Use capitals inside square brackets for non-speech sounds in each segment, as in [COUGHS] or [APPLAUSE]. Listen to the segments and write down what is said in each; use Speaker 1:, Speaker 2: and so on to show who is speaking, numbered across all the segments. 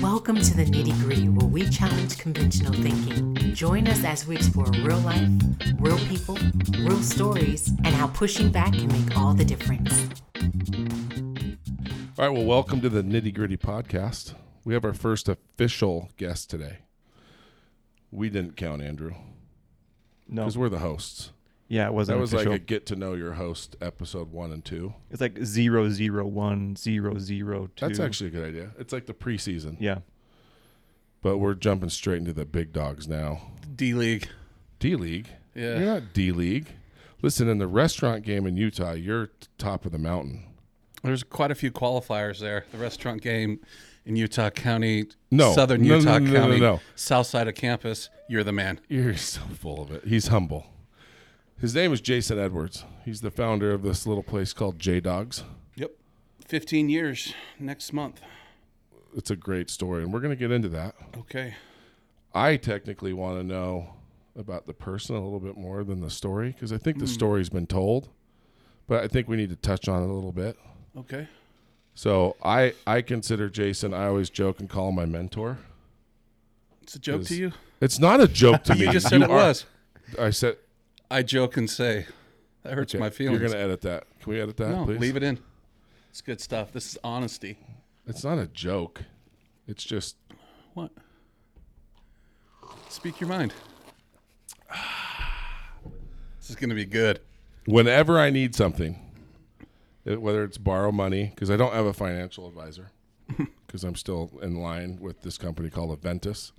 Speaker 1: Welcome to the Nitty Gritty, where we challenge conventional thinking. Join us as we explore real life, real people, real stories, and how pushing back can make all the difference.
Speaker 2: All right, well, welcome to the Nitty Gritty Podcast. We have our first official guest today. We didn't count Andrew
Speaker 3: No.
Speaker 2: because we're the hosts.
Speaker 3: yeah, it wasn't
Speaker 2: That was like
Speaker 3: official.
Speaker 2: a get to know your host episode one and two.
Speaker 3: it's like zero zero one zero zero two.
Speaker 2: That's actually a good idea. It's like the preseason,
Speaker 3: yeah.
Speaker 2: but we're jumping straight into the big dogs now.
Speaker 4: D League.
Speaker 2: D League.
Speaker 4: Yeah.
Speaker 2: You're not D League. Listen, in the restaurant game in Utah, you're t- top of the mountain.
Speaker 4: There's quite a few qualifiers there. The restaurant game in Utah County,
Speaker 2: No.
Speaker 4: Southern
Speaker 2: No, no,
Speaker 4: Utah
Speaker 2: no, no, no,
Speaker 4: County,
Speaker 2: no.
Speaker 4: South Side of campus. You're the man.
Speaker 2: You're [LAUGHS] so full of it. He's humble. His name is Jason Edwards. He's the founder of this little place called J Dogs.
Speaker 4: Yep. 15 years next month.
Speaker 2: It's a great story, and we're going to get into that.
Speaker 4: Okay.
Speaker 2: I technically want to know about the person a little bit more than the story because I think
Speaker 4: Hmm.
Speaker 2: the story's been told, but I think we need to touch on it a little bit.
Speaker 4: Okay.
Speaker 2: So I I consider Jason. I always joke and call him my mentor.
Speaker 4: It's a joke to you.
Speaker 2: It's not a joke to me.
Speaker 4: [LAUGHS] You just said it
Speaker 2: are-
Speaker 4: was.
Speaker 2: I said
Speaker 4: I joke and say that hurts my
Speaker 2: You're
Speaker 4: feelings.
Speaker 2: gonna edit that. Can we edit that,
Speaker 4: no,
Speaker 2: please?
Speaker 4: leave it in. It's good stuff. This is honesty.
Speaker 2: It's not a joke. It's just
Speaker 4: What? Speak
Speaker 2: [SIGHS]
Speaker 4: your mind. This is going to be good.
Speaker 2: whenever I need something, it- whether it's borrow money, because I don't have a financial
Speaker 4: [LAUGHS]
Speaker 2: advisor, because I'm still in line with this company called Aventus.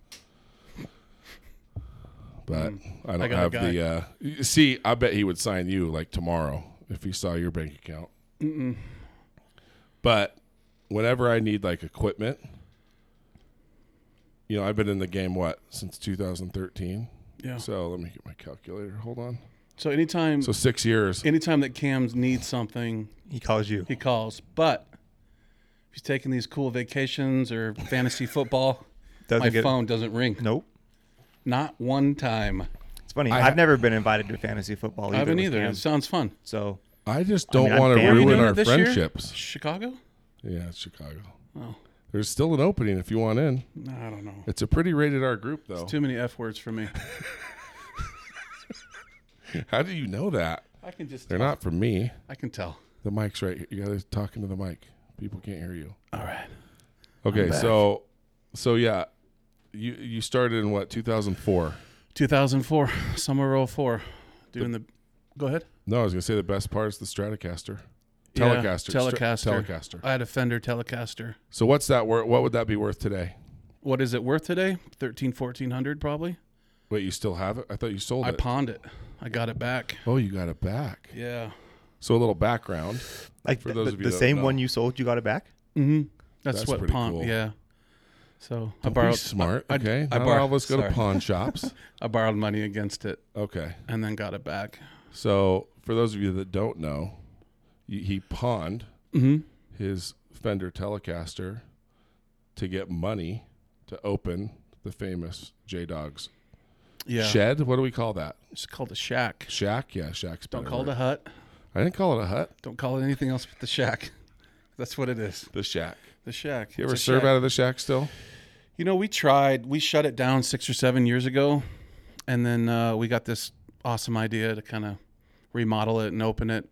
Speaker 2: But I don't
Speaker 4: Mm. got a
Speaker 2: have
Speaker 4: guy.
Speaker 2: the. Uh, y- see, I bet he would sign you like tomorrow if he saw your bank account. But whenever I need like equipment, you know, I've been in the game what since 2013.
Speaker 4: Yeah.
Speaker 2: So let me get my calculator. Hold on.
Speaker 4: So anytime
Speaker 2: So six years.
Speaker 4: anytime that Cam needs something,
Speaker 3: He calls you.
Speaker 4: he calls. But if he's taking these cool vacations or fantasy football,
Speaker 3: Doesn't
Speaker 4: my
Speaker 3: get-
Speaker 4: phone doesn't ring.
Speaker 3: Nope.
Speaker 4: Not one time.
Speaker 3: It's funny.
Speaker 2: I
Speaker 3: I
Speaker 2: ha-
Speaker 3: have never been invited to fantasy football. Either
Speaker 4: I haven't
Speaker 3: with
Speaker 4: either.
Speaker 3: Cam.
Speaker 4: It sounds fun.
Speaker 3: So
Speaker 2: I just don't
Speaker 3: mean, I'm
Speaker 2: want to
Speaker 3: banned. Are we
Speaker 2: ruin
Speaker 4: doing
Speaker 2: our
Speaker 4: it this year? Oh.
Speaker 2: friendships.
Speaker 4: Chicago?
Speaker 2: Yeah, it's Chicago. There's still an opening if you want in.
Speaker 4: No, I don't know.
Speaker 2: It's a pretty rated R group, though.
Speaker 4: Too many F words for me.
Speaker 2: How do you know that?
Speaker 4: I can just
Speaker 2: They're not from me.
Speaker 4: I can tell.
Speaker 2: The mic's right here. You gotta talk into the mic. People can't hear you.
Speaker 4: All right.
Speaker 2: Okay, so, so yeah, you you started in what 2004?
Speaker 4: 2004, Summer Roll 4. Doing the. Go ahead.
Speaker 2: No, I was gonna say the best part is the Stratocaster,
Speaker 4: Yeah,
Speaker 2: Telecaster, Stra-
Speaker 4: Telecaster.
Speaker 2: Telecaster.
Speaker 4: I had a Fender Telecaster.
Speaker 2: So what's that worth? What would that be worth today?
Speaker 4: What is it worth today? 13, 1400 probably.
Speaker 2: Wait, you still have it? I thought you sold
Speaker 4: I
Speaker 2: it.
Speaker 4: pawned it. I got it back.
Speaker 2: oh, you got it back.
Speaker 4: Yeah.
Speaker 2: So a little background.
Speaker 3: like
Speaker 2: For
Speaker 3: th-
Speaker 2: those
Speaker 3: the,
Speaker 2: of you
Speaker 3: the
Speaker 2: that
Speaker 3: same
Speaker 2: know.
Speaker 3: one you sold, you got it back.
Speaker 4: Mm-hmm. That's,
Speaker 2: That's
Speaker 4: what
Speaker 2: pretty
Speaker 4: pawn.
Speaker 2: cool.
Speaker 4: Yeah. So
Speaker 2: Don't
Speaker 4: I
Speaker 2: be
Speaker 4: borrowed
Speaker 2: smart.
Speaker 4: I,
Speaker 2: okay,
Speaker 4: I,
Speaker 2: Not
Speaker 4: borrowed.
Speaker 2: all of us go
Speaker 4: sorry.
Speaker 2: to
Speaker 4: [LAUGHS]
Speaker 2: pawn shops.
Speaker 4: I borrowed money against it
Speaker 2: okay,
Speaker 4: and then got it back.
Speaker 2: so for those of you that don't know, y- he pawned
Speaker 4: Mm-hmm.
Speaker 2: his Fender Telecaster to get money to open the famous J Dogs
Speaker 4: Yeah.
Speaker 2: shed. What do we call that?
Speaker 4: It's called a shack.
Speaker 2: Shack? Yeah, shack's
Speaker 4: Don't
Speaker 2: better
Speaker 4: call it a
Speaker 2: word.
Speaker 4: hut.
Speaker 2: I didn't call it a hut.
Speaker 4: Don't call it anything else but the shack. [LAUGHS] That's what it is.
Speaker 2: The shack.
Speaker 4: The shack.
Speaker 2: You
Speaker 4: It's
Speaker 2: ever
Speaker 4: a
Speaker 2: serve
Speaker 4: shack.
Speaker 2: out of the shack still?
Speaker 4: You know, we tried. We shut it down six or seven years ago, and then uh, we got this awesome idea to kind of remodel it and open it.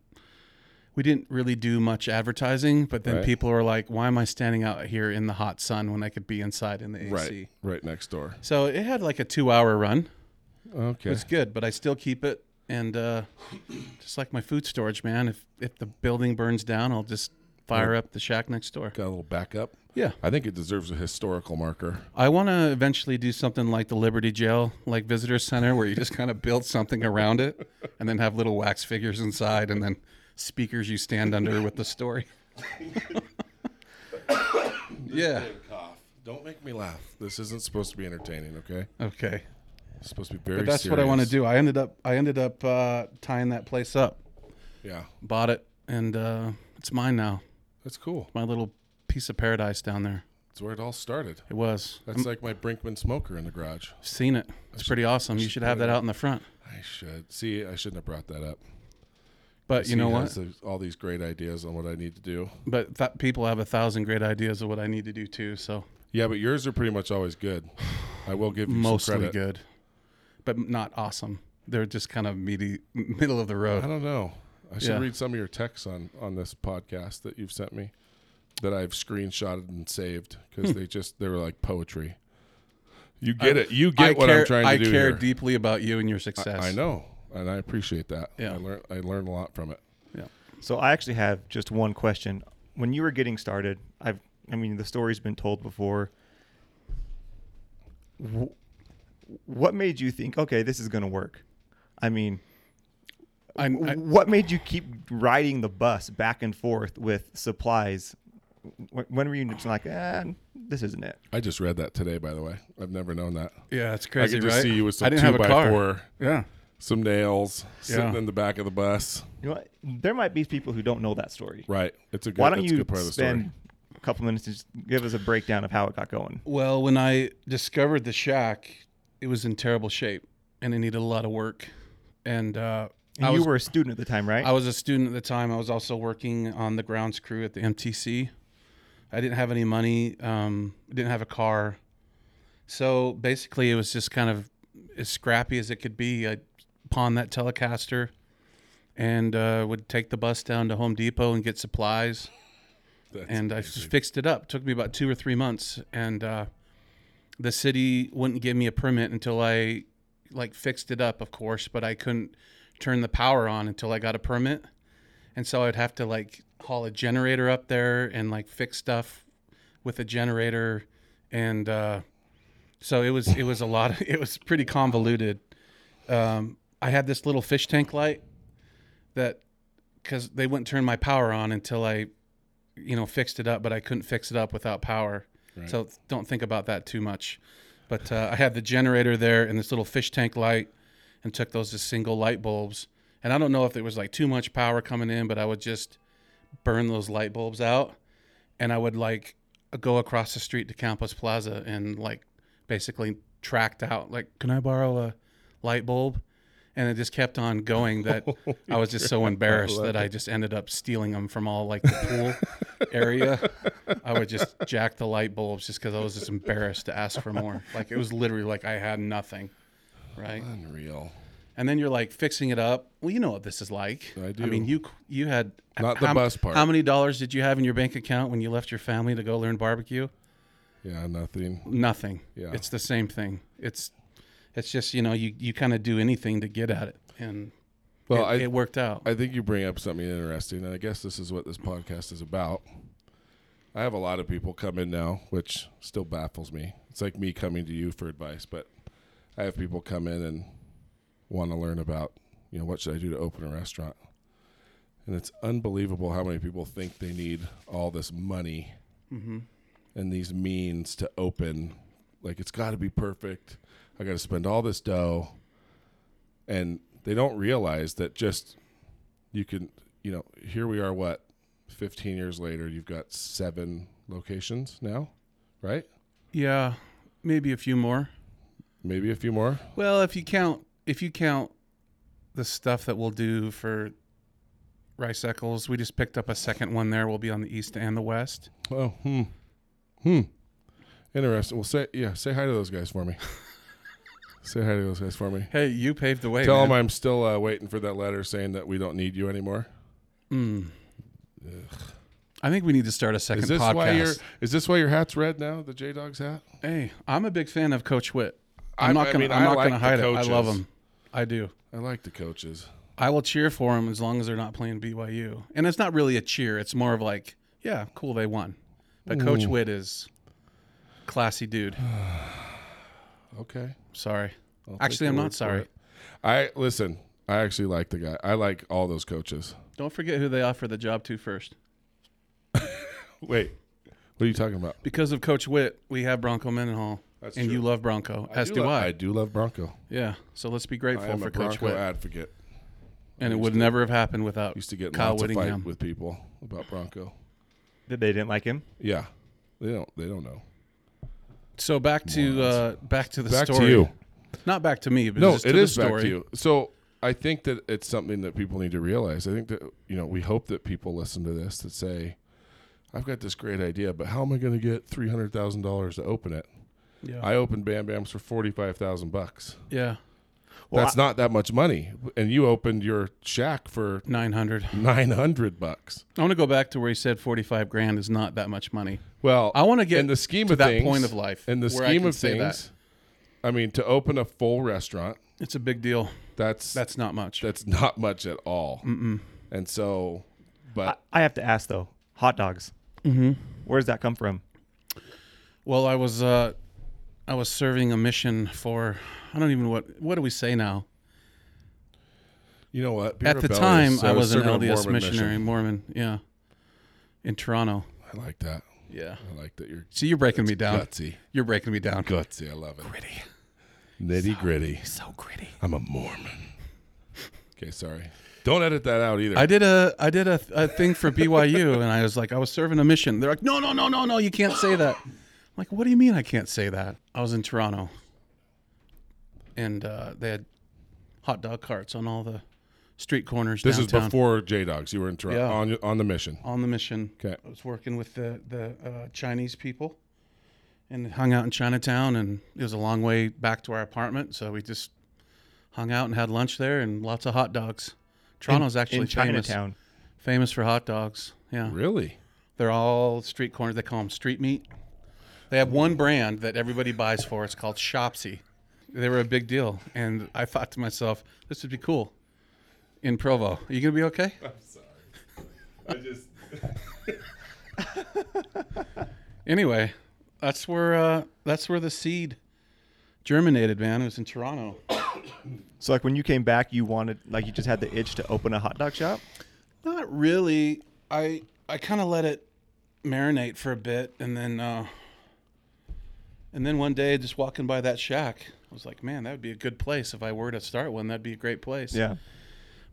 Speaker 4: We didn't really do much advertising, but then
Speaker 2: Right.
Speaker 4: people were like, "Why am I standing out here in the hot sun when I could be inside in the AC?"
Speaker 2: Right, right next door.
Speaker 4: So it had like a two-hour run.
Speaker 2: Okay.
Speaker 4: It's good, but I still keep it, and uh, just like my food storage, man. If if the building burns down, I'll just fire up the shack next door.
Speaker 2: Got a little backup.
Speaker 4: Yeah.
Speaker 2: I think it deserves a historical marker.
Speaker 4: I want to eventually do something like the Liberty Jail, like visitor center, where you just kind of build something around it, and then have little wax figures inside, and then speakers you stand under with the story. [LAUGHS] yeah.
Speaker 2: Cough. Don't make me laugh. This isn't supposed to be entertaining, okay?
Speaker 4: Okay.
Speaker 2: It's supposed to be very
Speaker 4: But that's what I want to
Speaker 2: serious.
Speaker 4: do. I ended up I ended up uh, tying that place up,
Speaker 2: Yeah.
Speaker 4: bought it, and uh, it's mine now.
Speaker 2: That's cool.
Speaker 4: My little piece of paradise down there.
Speaker 2: That's where it all started.
Speaker 4: It was.
Speaker 2: That's like my Brinkman smoker in the garage.
Speaker 4: I've seen it. It's pretty awesome. You should have that out in the front.
Speaker 2: I should see. I shouldn't have brought that up.
Speaker 4: But you know
Speaker 2: He
Speaker 4: what?
Speaker 2: has those- all these great ideas on what I need to do.
Speaker 4: but th- people have a thousand great ideas of what I need to do too. So
Speaker 2: Yeah, but yours are pretty much always good. I will give you some
Speaker 4: mostly
Speaker 2: credit.
Speaker 4: good, but not awesome. They're just kind of meaty, [LAUGHS] middle of the
Speaker 2: I
Speaker 4: road.
Speaker 2: don't know. I should
Speaker 4: Yeah.
Speaker 2: read some of your texts on on this podcast that you've sent me that I've screenshotted and saved because they just they were like poetry. You get it. You get
Speaker 4: Hmm. I
Speaker 2: what
Speaker 4: care,
Speaker 2: I'm trying to
Speaker 4: I
Speaker 2: do.
Speaker 4: care
Speaker 2: here.
Speaker 4: deeply about you and your
Speaker 2: I-
Speaker 4: success.
Speaker 2: I know, and I appreciate that.
Speaker 4: Yeah.
Speaker 2: I learned I learned a lot from it.
Speaker 4: Yeah.
Speaker 3: So I actually have just one question. When you were getting started, I've I mean the story's been told before. Wh- What made you think okay, this is going to work? I mean,
Speaker 4: I, I,
Speaker 3: what made you keep riding the bus back and forth with supplies? Wh- When were you just like, eh, this isn't it?
Speaker 2: I just read that today, by the way. I've never known that.
Speaker 4: yeah, it's crazy,
Speaker 2: I could just
Speaker 4: right?
Speaker 2: see you with some
Speaker 4: I didn't
Speaker 2: two
Speaker 4: have a
Speaker 2: by
Speaker 4: car.
Speaker 2: four,
Speaker 4: Yeah.
Speaker 2: some nails, sitting
Speaker 4: Yeah.
Speaker 2: in the back of the bus.
Speaker 3: You know, what? there might be people who don't know that story.
Speaker 2: Right. It's a good.
Speaker 3: Why don't
Speaker 2: it's a
Speaker 3: you
Speaker 2: good part of the story.
Speaker 3: spend a couple minutes to just give us a breakdown of how it got going?
Speaker 4: Well, when I discovered the shack, it was in terrible shape and it needed a lot of work. And, uh,
Speaker 3: And
Speaker 4: I
Speaker 3: you
Speaker 4: was,
Speaker 3: were a student at the time, right?
Speaker 4: I was a student at the time. I was also working on the grounds crew at the MTC. I didn't have any money. Um, didn't have a car, so basically it was just kind of as scrappy as it could be. I pawned that Telecaster, and uh, would take the bus down to Home Depot and get supplies
Speaker 2: That's-
Speaker 4: and I just fixed it up. took me about two or three months, and uh, the city wouldn't give me a permit until I like fixed it up, of course. But I couldn't turn the power on until I got a permit, and so I'd have to like haul a generator up there and like fix stuff with a generator, and uh, so it was it was a lot. Of, [LAUGHS] it was pretty convoluted. Um, I had this little fish tank light that because they wouldn't turn my power on until I you know fixed it up but i couldn't fix it up without power so don't think about that too much but uh, i had the generator there and this little fish tank light and took those as single light bulbs and i don't know if there was like too much power coming in but i would just burn those light bulbs out and i would like go across the street to campus plaza and like basically tracked out like can i borrow a light bulb and it just kept on
Speaker 2: [LAUGHS]
Speaker 4: going that
Speaker 2: Oh,
Speaker 4: i was just so embarrassed that i just ended up stealing them from all like the pool
Speaker 2: [LAUGHS]
Speaker 4: area i would just jack the light bulbs just because i was just embarrassed to ask for more like it was literally like i had nothing right
Speaker 2: unreal.
Speaker 4: and then you're like fixing it up. Well, you know what this is like.
Speaker 2: I do.
Speaker 4: I mean, you you had
Speaker 2: Not the
Speaker 4: how-
Speaker 2: bus part.
Speaker 4: How many dollars did you have in your bank account when you left your family to go learn barbecue?
Speaker 2: Yeah. Nothing.
Speaker 4: Nothing.
Speaker 2: Yeah.
Speaker 4: It's the same thing. It's it's just you know you you kind of do anything to get at it, and
Speaker 2: Well,
Speaker 4: it,
Speaker 2: I
Speaker 4: it worked out.
Speaker 2: I think you bring up something interesting, and I guess this is what this podcast is about. I have a lot of people come in now, which still baffles me. It's like me coming to you for advice, but I have people come in and want to learn about, you know, what should I do to open a restaurant? And it's unbelievable how many people think they need all this money and these means to open. Like, it's got to be perfect. I got to spend all this dough. And they don't realize that just you can you know here we are what 15 years later you've got seven locations now right
Speaker 4: yeah, maybe a few more.
Speaker 2: maybe a few more
Speaker 4: Well, if you count if you count the stuff that we'll do for rice eccles, we just picked up a second one there. We'll be on the east and the west.
Speaker 2: oh hmm hmm interesting well say yeah say hi to those guys
Speaker 4: [LAUGHS]
Speaker 2: for me say hi to those guys for me
Speaker 4: Hey, you paved the way.
Speaker 2: tell them
Speaker 4: man.
Speaker 2: i'm still uh, waiting for that letter saying that we don't need you anymore
Speaker 4: Mm. I think we need to start a second
Speaker 2: is this
Speaker 4: podcast.
Speaker 2: why your is this why your hat's red now the j-dog's hat
Speaker 4: hey, I'm a big fan of Coach Witt.
Speaker 2: I-
Speaker 4: I'm
Speaker 2: I
Speaker 4: not gonna.
Speaker 2: mean,
Speaker 4: I
Speaker 2: I
Speaker 4: am not
Speaker 2: like
Speaker 4: gonna
Speaker 2: the
Speaker 4: hide it. I love
Speaker 2: coaches.
Speaker 4: him. I do.
Speaker 2: i like the coaches
Speaker 4: I will cheer for him as long as they're not playing BYU. And it's not really a cheer. It's more of like, yeah, cool, they won. But Coach Witt is classy dude.
Speaker 2: okay
Speaker 4: Sorry.
Speaker 2: I'll take
Speaker 4: Actually,
Speaker 2: your
Speaker 4: I'm
Speaker 2: word
Speaker 4: not
Speaker 2: for
Speaker 4: sorry.
Speaker 2: it. i listen i actually like the guy i like all those coaches
Speaker 4: Don't forget who they offered the job to first.
Speaker 2: wait what are you talking about
Speaker 4: Because of Coach Witt, we have Bronco Mendenhall,
Speaker 2: That's
Speaker 4: and
Speaker 2: true.
Speaker 4: you love Bronco, as do,
Speaker 2: lo-
Speaker 4: I.
Speaker 2: I do love Bronco.
Speaker 4: Yeah. So let's be
Speaker 2: I
Speaker 4: grateful
Speaker 2: am
Speaker 4: for
Speaker 2: a
Speaker 4: Coach
Speaker 2: Bronco
Speaker 4: Witt.
Speaker 2: advocate.
Speaker 4: and it would never have happened without
Speaker 2: Used to get in
Speaker 4: Kyle
Speaker 2: lots of
Speaker 4: Whittingham.
Speaker 2: fight with people about Bronco.
Speaker 3: That they didn't like him.
Speaker 2: Yeah, they don't. They don't know.
Speaker 4: so back to uh, back to the
Speaker 2: Back
Speaker 4: story.
Speaker 2: to you.
Speaker 4: Not back to me, but
Speaker 2: No,
Speaker 4: just
Speaker 2: it
Speaker 4: to
Speaker 2: is
Speaker 4: the story.
Speaker 2: back to you. So I think that it's something that people need to realize. I think that you know we hope that people listen to this that say, I've got this great idea, but how am I going to get three hundred thousand dollars to open it?
Speaker 4: Yeah.
Speaker 2: I opened Bam Bams for forty five thousand bucks.
Speaker 4: yeah.
Speaker 3: Well,
Speaker 2: That's not that much money, and you opened your shack for
Speaker 4: 900.
Speaker 2: nine hundred bucks.
Speaker 4: I want to go back to where he said 45 grand is not that much money.
Speaker 2: Well,
Speaker 4: I wanna get
Speaker 2: in the scheme
Speaker 4: to
Speaker 2: of
Speaker 4: that
Speaker 2: things,
Speaker 4: point of life
Speaker 2: In the
Speaker 4: where I
Speaker 2: scheme
Speaker 4: can
Speaker 2: of
Speaker 4: say that.
Speaker 2: things, I mean, to open a full restaurant,
Speaker 4: It's a big deal.
Speaker 2: that's
Speaker 4: That's not much.
Speaker 2: that's not much at all. Mm-mm. And so,
Speaker 3: I,
Speaker 2: but
Speaker 3: I have to ask though, hot dogs. Mm-hmm. Where does that come from?
Speaker 4: Well, I was uh, I was serving a mission for I don't even what what do we say now?
Speaker 2: you know what?
Speaker 4: At
Speaker 2: Beer
Speaker 4: the
Speaker 2: Rebellious,
Speaker 4: time, I was an
Speaker 2: serving a
Speaker 4: LDS
Speaker 2: Mormon mission.
Speaker 4: missionary, Mormon, yeah, in Toronto.
Speaker 2: I like that.
Speaker 4: Yeah.
Speaker 2: I like that you're
Speaker 4: See, you're breaking me down.
Speaker 2: gutsy.
Speaker 4: You're breaking me down.
Speaker 2: Gutsy. I love it. Gritty. Nitty gritty.
Speaker 1: So gritty.
Speaker 2: I'm a Mormon. Okay, sorry. Don't edit that out either.
Speaker 4: I did a I did a, a thing for BYU, [LAUGHS] and I was like, I was serving a mission. They're like, no, no, no, no, no, you can't say that. I'm like, what do you mean I can't say that? I was in Toronto, and uh, they had hot dog carts on all the street corners.
Speaker 2: this
Speaker 4: downtown.
Speaker 2: is before J Dogs. You were in Toronto
Speaker 4: Yeah. Oh.
Speaker 2: on on the mission.
Speaker 4: on the mission.
Speaker 2: Okay.
Speaker 4: I was working with the the uh, Chinese people, and hung out in Chinatown, and it was a long way back to our apartment, so we just hung out and had lunch there, and lots of hot dogs. Toronto's actually
Speaker 3: in
Speaker 4: famous
Speaker 3: Chinatown.
Speaker 4: famous for hot dogs. Yeah,
Speaker 2: Really?
Speaker 4: they're all street corners. They call them street meat. They have one brand that everybody buys for. It's called Shopsy. They were a big deal, and I thought to myself, this would be cool. In Provo, are you gonna be okay?
Speaker 2: I just
Speaker 4: [LAUGHS] Anyway, that's where uh, that's where the seed germinated, man. It was in Toronto.
Speaker 3: So like when you came back, you wanted like you just had the itch to open a hot dog shop.
Speaker 4: Not really. I I kind of let it marinate for a bit, and then uh, and then one day, just walking by that shack, I was like, man, that would be a good place if I were to start one. That'd be a great place.
Speaker 3: Yeah.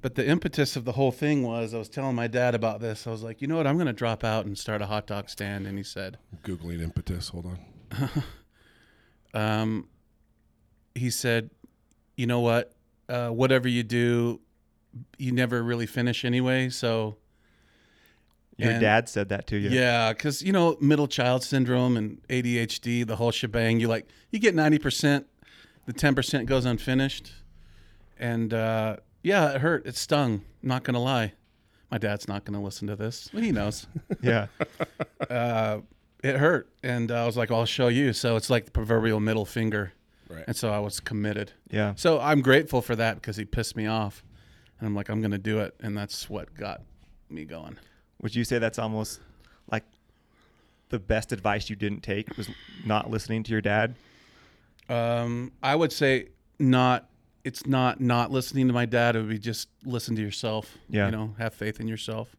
Speaker 4: But the impetus of the whole thing was I was telling my dad about this. I was like, you know what? I'm going to drop out and start a hot dog stand. And he said,
Speaker 2: googling impetus. Hold on.
Speaker 4: um, he said, "You know what? Uh, whatever you do, you never really finish anyway." So
Speaker 3: Your
Speaker 4: And-
Speaker 3: dad said that to you.
Speaker 4: yeah, because you know middle child syndrome and ADHD, the whole shebang. You like you get ninety percent, the ten percent goes unfinished, and uh, yeah, it hurt. It stung. Not gonna lie, my dad's not gonna listen to this. He knows.
Speaker 3: Yeah.
Speaker 4: uh, it hurt, and I was like, "I'll show you." So it's like the proverbial middle finger,
Speaker 2: Right.
Speaker 4: and so I was committed.
Speaker 3: Yeah.
Speaker 4: So I'm grateful for that because he pissed me off, and I'm like, I'm gonna do it, and that's what got me going.
Speaker 3: Would you say that's almost like the best advice you didn't take was not listening to your dad?
Speaker 4: Um, I would say not. It's not not listening to my dad. It would be just listen to yourself.
Speaker 3: Yeah.
Speaker 4: You know, have faith in yourself,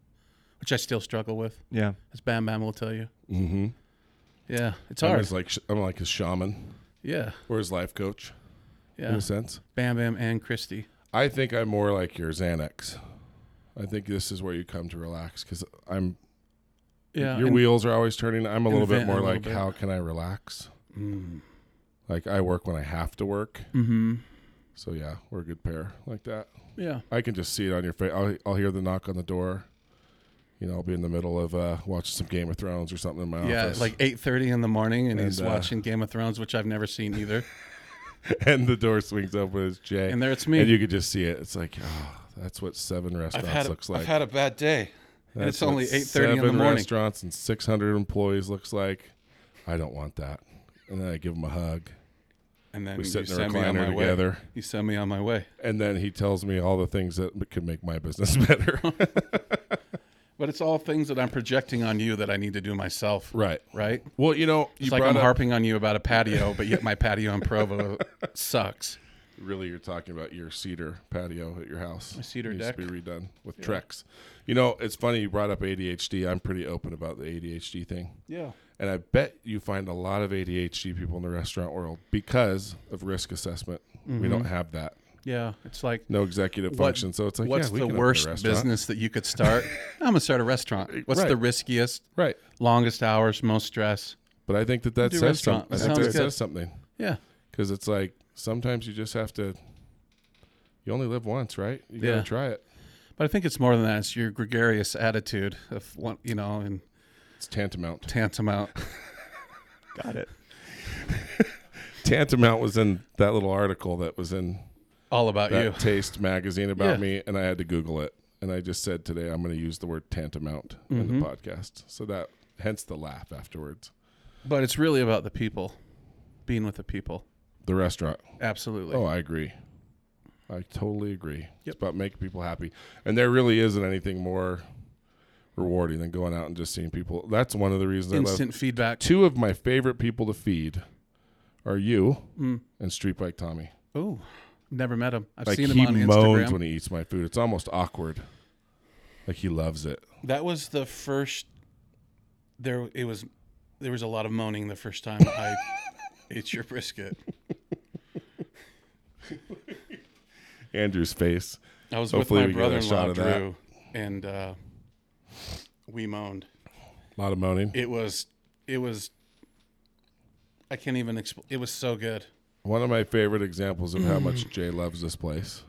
Speaker 4: which I still struggle with,
Speaker 3: Yeah.
Speaker 4: as Bam Bam will tell you.
Speaker 2: Mm-hmm.
Speaker 4: Yeah, it's
Speaker 2: I'm
Speaker 4: hard.
Speaker 2: just like sh- I'm like his shaman
Speaker 4: yeah,
Speaker 2: or his life coach in
Speaker 4: yeah.
Speaker 2: a sense.
Speaker 4: Bam Bam and Christy.
Speaker 2: I think I'm more like your Xanax. I think this is where you come to relax because I'm
Speaker 4: Yeah.
Speaker 2: your
Speaker 4: and-
Speaker 2: wheels are always turning. I'm a little bit
Speaker 4: Invent a
Speaker 2: more
Speaker 4: little
Speaker 2: like,
Speaker 4: bit.
Speaker 2: how can I relax?
Speaker 4: Mm.
Speaker 2: Like I work when I have to work.
Speaker 4: Mm-hmm.
Speaker 2: So yeah, we're a good pair like that.
Speaker 4: Yeah.
Speaker 2: I can just see it on your face. I'll, I'll hear the knock on the door. You know, I'll be in the middle of uh, watching some Game of Thrones or something in my
Speaker 4: Yeah,
Speaker 2: office.
Speaker 4: like eight thirty in the morning, and, he's
Speaker 2: And, uh,
Speaker 4: watching Game of Thrones, which I've never seen
Speaker 2: [LAUGHS]
Speaker 4: either.
Speaker 2: [LAUGHS] and the door swings open. It's Jay,
Speaker 4: And there it's me.
Speaker 2: And you could just see it. It's like, oh, that's what seven
Speaker 4: I've
Speaker 2: restaurants
Speaker 4: had a,
Speaker 2: looks like.
Speaker 4: I've had a bad day, and
Speaker 2: That's
Speaker 4: it's only
Speaker 2: what
Speaker 4: eight thirty in the
Speaker 2: seven
Speaker 4: morning.
Speaker 2: Restaurants and six hundred employees looks like. I don't want that. And then I give him a hug.
Speaker 4: And then
Speaker 2: We
Speaker 4: you
Speaker 2: sit in a
Speaker 4: send me on
Speaker 2: recliner
Speaker 4: my way.
Speaker 2: together,
Speaker 4: You send me on my way.
Speaker 2: and then he tells me all the things that m- could make my business [LAUGHS]
Speaker 4: [LAUGHS]
Speaker 2: better.
Speaker 4: But it's all things that I'm projecting on you that I need to do myself.
Speaker 2: right.
Speaker 4: Right.
Speaker 2: Well, you know,
Speaker 4: It's
Speaker 2: you
Speaker 4: like
Speaker 2: brought
Speaker 4: I'm
Speaker 2: up.
Speaker 4: harping on you about a patio, but yet my patio
Speaker 2: [LAUGHS]
Speaker 4: in Provo sucks.
Speaker 2: really, you're talking about your cedar patio at your house. My
Speaker 4: cedar
Speaker 2: needs
Speaker 4: deck.
Speaker 2: to be redone with Trex. You know, it's funny you brought up ADHD. I'm pretty open about the ADHD thing.
Speaker 4: Yeah.
Speaker 2: And I bet you find a lot of ADHD people in the restaurant world because of risk assessment. We don't have that.
Speaker 4: Yeah. It's like
Speaker 2: No executive
Speaker 4: Mm-hmm. what-
Speaker 2: function. so it's like,
Speaker 4: what's
Speaker 2: yeah, we
Speaker 4: the
Speaker 2: can open a
Speaker 4: worst
Speaker 2: restaurant.
Speaker 4: business that you
Speaker 2: [LAUGHS]
Speaker 4: could start? I'm gonna start a restaurant. What's
Speaker 2: Right.
Speaker 4: the riskiest,
Speaker 2: Right.
Speaker 4: longest hours, most stress?
Speaker 2: But I think that that
Speaker 4: Do
Speaker 2: says, some,
Speaker 4: restaurant.
Speaker 2: I think
Speaker 4: That
Speaker 2: that
Speaker 4: sounds good.
Speaker 2: says something.
Speaker 4: Yeah.
Speaker 2: Because it's like sometimes you just have to, you only live once, right? You got to
Speaker 4: Yeah.
Speaker 2: try it.
Speaker 4: But I think it's more than that. It's your gregarious attitude of one, you know, and
Speaker 2: It's tantamount. [LAUGHS]
Speaker 4: Tantamount.
Speaker 3: Got it.
Speaker 2: Tantamount was in that little article that was in
Speaker 4: All about
Speaker 2: that
Speaker 4: you.
Speaker 2: Taste magazine about
Speaker 4: Yeah.
Speaker 2: me, and I had to Google it. And I just said today I'm going to use the word tantamount
Speaker 4: Mm-hmm.
Speaker 2: in the podcast. So that, hence the laugh afterwards.
Speaker 4: But it's really about the people, being with the people.
Speaker 2: The restaurant.
Speaker 4: Absolutely.
Speaker 2: Oh, I agree. I totally agree. It's about making people happy. And there really isn't anything more rewarding than going out and just seeing people. That's one of the reasons I love.
Speaker 4: Instant feedback.
Speaker 2: Two of my favorite people to feed are you and Street Bike Tommy.
Speaker 4: Oh, never met him. Mm. I've
Speaker 2: Like
Speaker 4: seen
Speaker 2: he
Speaker 4: him on
Speaker 2: moans
Speaker 4: Instagram.
Speaker 2: when he eats my food. It's almost awkward. Like he loves it.
Speaker 4: that was the first. There, it was. There was a lot of moaning the first time
Speaker 2: [LAUGHS]
Speaker 4: I ate your brisket.
Speaker 2: Andrew's face.
Speaker 4: I was
Speaker 2: Hopefully we
Speaker 4: with
Speaker 2: get
Speaker 4: my
Speaker 2: a shot
Speaker 4: brother-in-law
Speaker 2: of that.
Speaker 4: Drew, and uh, we moaned.
Speaker 2: A lot of moaning.
Speaker 4: It was. It was. I can't even explain. It was so good.
Speaker 2: One of my favorite examples of
Speaker 4: Mm.
Speaker 2: how much Jay loves this place.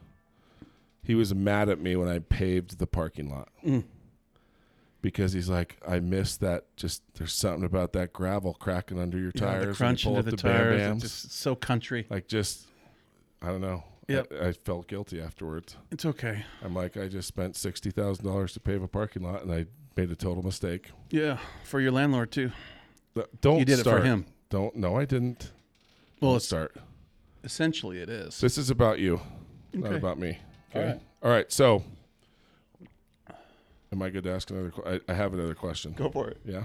Speaker 2: He was mad at me when I paved the parking lot.
Speaker 4: Mm.
Speaker 2: Because he's like, I miss that. Just there's something about that gravel cracking under your
Speaker 4: Yeah,
Speaker 2: tires.
Speaker 4: the
Speaker 2: and
Speaker 4: crunch
Speaker 2: pull
Speaker 4: into
Speaker 2: up
Speaker 4: the,
Speaker 2: Bam
Speaker 4: tires.
Speaker 2: Bams. Uh,
Speaker 4: It's just so country.
Speaker 2: like just, I don't know.
Speaker 4: Yep.
Speaker 2: I, I felt guilty afterwards.
Speaker 4: It's okay.
Speaker 2: I'm like, I just spent sixty thousand dollars to pave a parking lot, and I made a total mistake.
Speaker 4: Yeah, for your landlord too.
Speaker 2: Th- Don't
Speaker 4: You did it for
Speaker 2: start.
Speaker 4: him.
Speaker 2: Don't. No, I didn't.
Speaker 4: Well,
Speaker 2: Don't
Speaker 4: it's
Speaker 2: start.
Speaker 4: essentially it is.
Speaker 2: This is about you, not
Speaker 4: Okay.
Speaker 2: about me.
Speaker 4: All
Speaker 2: Okay. All right.
Speaker 4: right.
Speaker 2: So, am I good to ask another? que- I, I have another question.
Speaker 3: Go for it.
Speaker 2: Yeah.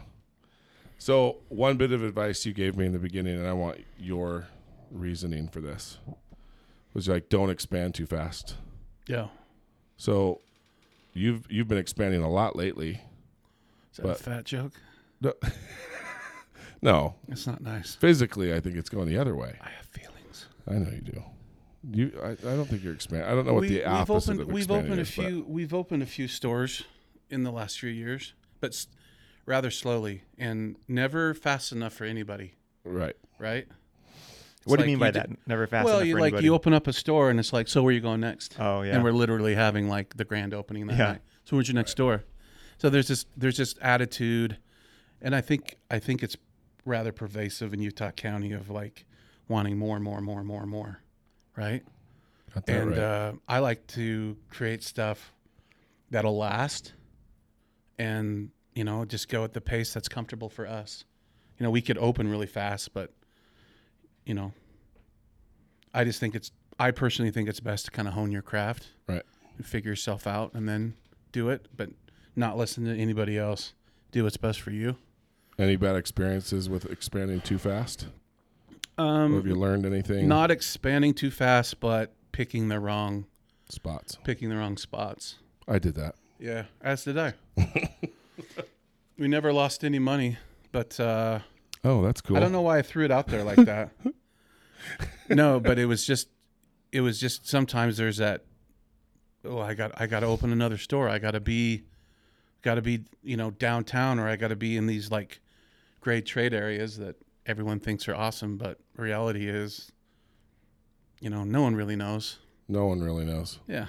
Speaker 2: So, one bit of advice you gave me in the beginning, and I want your reasoning for this, was like don't expand too fast.
Speaker 4: Yeah.
Speaker 2: So, you've you've been expanding a lot lately.
Speaker 4: Is that
Speaker 2: But-
Speaker 4: a fat joke?
Speaker 2: No, [LAUGHS] no.
Speaker 4: It's not nice.
Speaker 2: Physically, I think it's going the other way.
Speaker 4: I have feelings.
Speaker 2: I know you do. You, I, I don't think you're expanding. I don't know what the
Speaker 4: have
Speaker 2: opposite
Speaker 4: opened,
Speaker 2: of
Speaker 4: we've
Speaker 2: expanding
Speaker 4: opened a
Speaker 2: is, but-
Speaker 4: few. We've opened a few stores in the last few years, but s- rather slowly and never fast enough for anybody.
Speaker 2: right.
Speaker 4: Right?
Speaker 3: What do
Speaker 4: like
Speaker 3: you mean by
Speaker 4: you
Speaker 3: that? Never fast
Speaker 4: well,
Speaker 3: enough
Speaker 4: you
Speaker 3: for
Speaker 4: like
Speaker 3: anybody.
Speaker 4: you open up a store and it's like, so where you going next?
Speaker 3: Oh, yeah.
Speaker 4: And we're literally having like the grand opening that
Speaker 3: Yeah.
Speaker 4: night. So where's your next door? So there's this there's this attitude, and I think I think it's rather pervasive in Utah County of like wanting more, more, more, more, more, right?
Speaker 2: Got that
Speaker 4: and
Speaker 2: right.
Speaker 4: uh, I like to create stuff that'll last, and you know, just go at the pace that's comfortable for us. You know, we could open really fast, but you know, I just think it's. I personally think it's best to kind of hone your craft
Speaker 2: right.
Speaker 4: and figure yourself out, and then do it, but not listen to anybody else. Do what's best for you.
Speaker 2: Any bad experiences with expanding too fast? Or
Speaker 4: Um,
Speaker 2: have you learned anything?
Speaker 4: not expanding too fast, but picking the wrong
Speaker 2: spots.
Speaker 4: picking the wrong spots.
Speaker 2: I did that.
Speaker 4: Yeah, as did I. we never lost any money, but uh,
Speaker 2: Oh, that's cool.
Speaker 4: I don't know why I threw it out there like that. no, but it was just, it was just. Sometimes there's that. Oh, I got, I got to open another store. I got to be, got to be, you know, downtown, or I got to be in these like, great trade areas that everyone thinks are awesome, but reality is, you know, no one really knows.
Speaker 2: No one really knows.
Speaker 4: Yeah.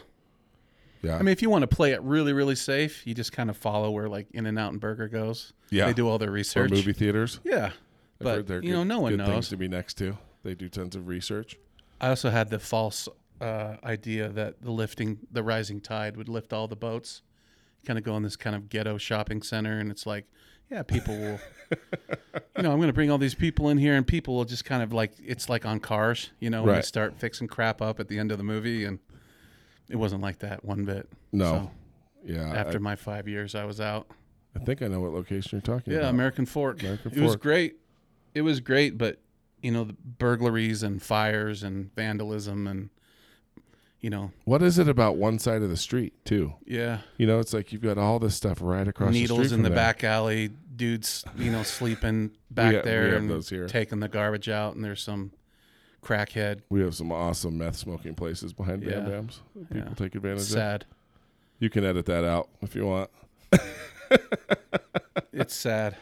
Speaker 2: Yeah.
Speaker 4: I mean, if you want to play it really, really safe, you just kind of follow where like In and Out and Burger goes.
Speaker 2: Yeah.
Speaker 4: they do all their
Speaker 2: or
Speaker 4: research.
Speaker 2: movie theaters.
Speaker 4: Yeah, but
Speaker 2: they're
Speaker 4: you know,
Speaker 2: good-
Speaker 4: no one
Speaker 2: good things
Speaker 4: knows.
Speaker 2: to be next to. They do tons of research.
Speaker 4: I also had the false uh, idea that the lifting, the rising tide would lift all the boats. Kind of go in this kind of ghetto shopping center, and it's like, yeah, people will. you know, I'm going to bring all these people in here, and people will just kind of like it's like on cars. You know, when they
Speaker 2: Right.
Speaker 4: start fixing crap up at the end of the movie, and it wasn't like that one bit.
Speaker 2: No.
Speaker 4: So,
Speaker 2: yeah.
Speaker 4: after my five years, I was out.
Speaker 2: I, I think I know what location you're talking
Speaker 4: Yeah,
Speaker 2: about.
Speaker 4: American Fork.
Speaker 2: American
Speaker 4: it was
Speaker 2: Fork.
Speaker 4: great. It was great, but you know, the burglaries and fires and vandalism and you know,
Speaker 2: What is it about one side of the street too?
Speaker 4: yeah,
Speaker 2: You know, it's like you've got all this stuff right across the
Speaker 4: needles
Speaker 2: street
Speaker 4: in
Speaker 2: from
Speaker 4: the
Speaker 2: there.
Speaker 4: back alley, dudes, you
Speaker 2: [LAUGHS]
Speaker 4: know, sleeping back
Speaker 2: got- we
Speaker 4: there
Speaker 2: have
Speaker 4: and
Speaker 2: those here.
Speaker 4: taking the garbage out, and there's some crackhead.
Speaker 2: We have some awesome meth smoking places behind Bam
Speaker 4: Yeah.
Speaker 2: Bams. that People
Speaker 4: Yeah.
Speaker 2: take advantage of. [LAUGHS]
Speaker 4: Sad.
Speaker 2: You can edit that out if you want.
Speaker 4: it's sad,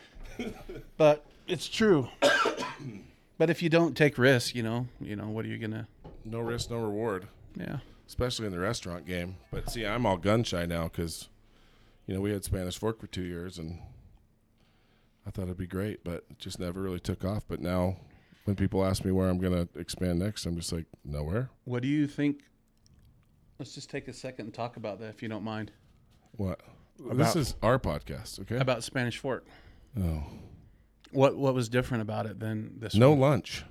Speaker 4: but it's true. [COUGHS] but if you don't take risks, you know, you know, what are you gonna?
Speaker 2: No risk, no reward.
Speaker 4: Yeah.
Speaker 2: especially in the restaurant game. But see, I'm all gun shy now because, you know, we had Spanish Fork for two years, and I thought it'd be great, but it just never really took off. But now, when people ask me where I'm going to expand next, I'm just like, nowhere.
Speaker 4: What do you think? Let's just take a second and talk about that, if you don't mind,
Speaker 2: What? this
Speaker 3: About-
Speaker 2: is our podcast, okay?
Speaker 4: about Spanish Fort.
Speaker 2: oh.
Speaker 4: What what was different about it than this?
Speaker 2: No
Speaker 4: one?
Speaker 2: lunch.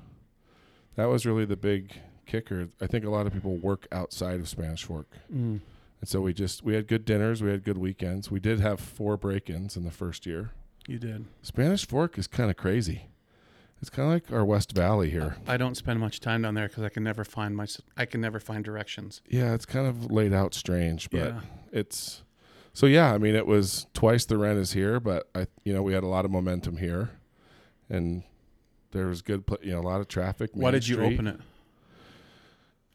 Speaker 2: That was really the big kicker. I think a lot of people work outside of Spanish Fork.
Speaker 4: Mm.
Speaker 2: And so we just we had good dinners, we had good weekends. We did have four break-ins in the first year.
Speaker 4: you did.
Speaker 2: Spanish Fork is kind of crazy. It's kind of like our West Valley here.
Speaker 4: I don't spend much time down there because I can never find my s- I can never find directions.
Speaker 2: Yeah, it's kind of laid out strange, but
Speaker 4: Yeah.
Speaker 2: it's so yeah. I mean, it was twice the rent is here, but I you know we had a lot of momentum here, and there was good pla- you know a lot of traffic.
Speaker 4: Why did you open it?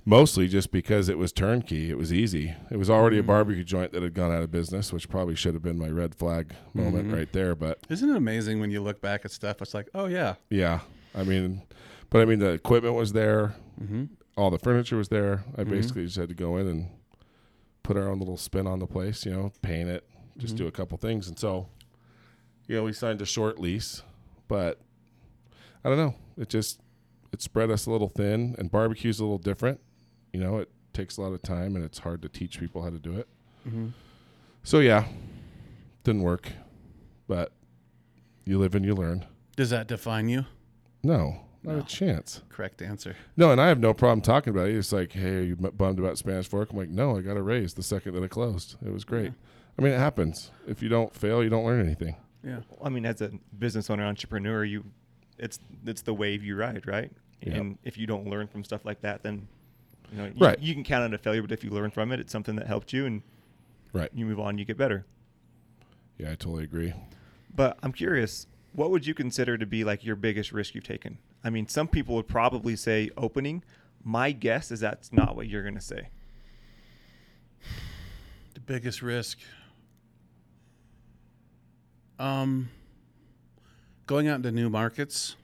Speaker 2: Mostly just because it was turnkey. It was easy. It was already a
Speaker 4: Mm.
Speaker 2: barbecue joint that had gone out of business, which probably should have been my red flag moment
Speaker 4: Mm-hmm.
Speaker 2: right there. But
Speaker 4: Isn't it amazing when you look back at stuff? It's like, oh yeah,
Speaker 2: yeah, I mean, but I mean, the equipment was there,
Speaker 4: Mm-hmm.
Speaker 2: all the furniture was there. I basically just had to go in and put our own little spin on the place, you know, paint it, just do a couple things. And so, you know, we signed a short lease, but I don't know. It just, it spread us a little thin, and barbecue's a little different. You know, it takes a lot of time and it's hard to teach people how to do it. So, yeah, didn't work, but you live and you learn.
Speaker 4: does that define you?
Speaker 2: No, not a chance.
Speaker 4: Correct answer.
Speaker 2: No, and I have no problem talking about it. It's like, hey, are you m- bummed about Spanish Fork? I'm like, no, I got a raise the second that it closed. It was great. I mean, it happens. If you don't fail, you don't learn anything.
Speaker 4: Yeah.
Speaker 3: I mean, as a business owner, entrepreneur, you, it's it's the wave you ride, right?
Speaker 2: Yeah.
Speaker 3: And if you don't learn from stuff like that, then you know you,
Speaker 2: Right.
Speaker 3: you can count on a failure. But if you learn from it, it's something that helped you, and
Speaker 2: Right.
Speaker 3: you move on, you get better.
Speaker 2: Yeah, I totally agree.
Speaker 3: But I'm curious, what would you consider to be like your biggest risk you've taken? I mean, some people would probably say opening. My guess is that's not what you're going to say.
Speaker 4: The biggest risk. Um, going out into new markets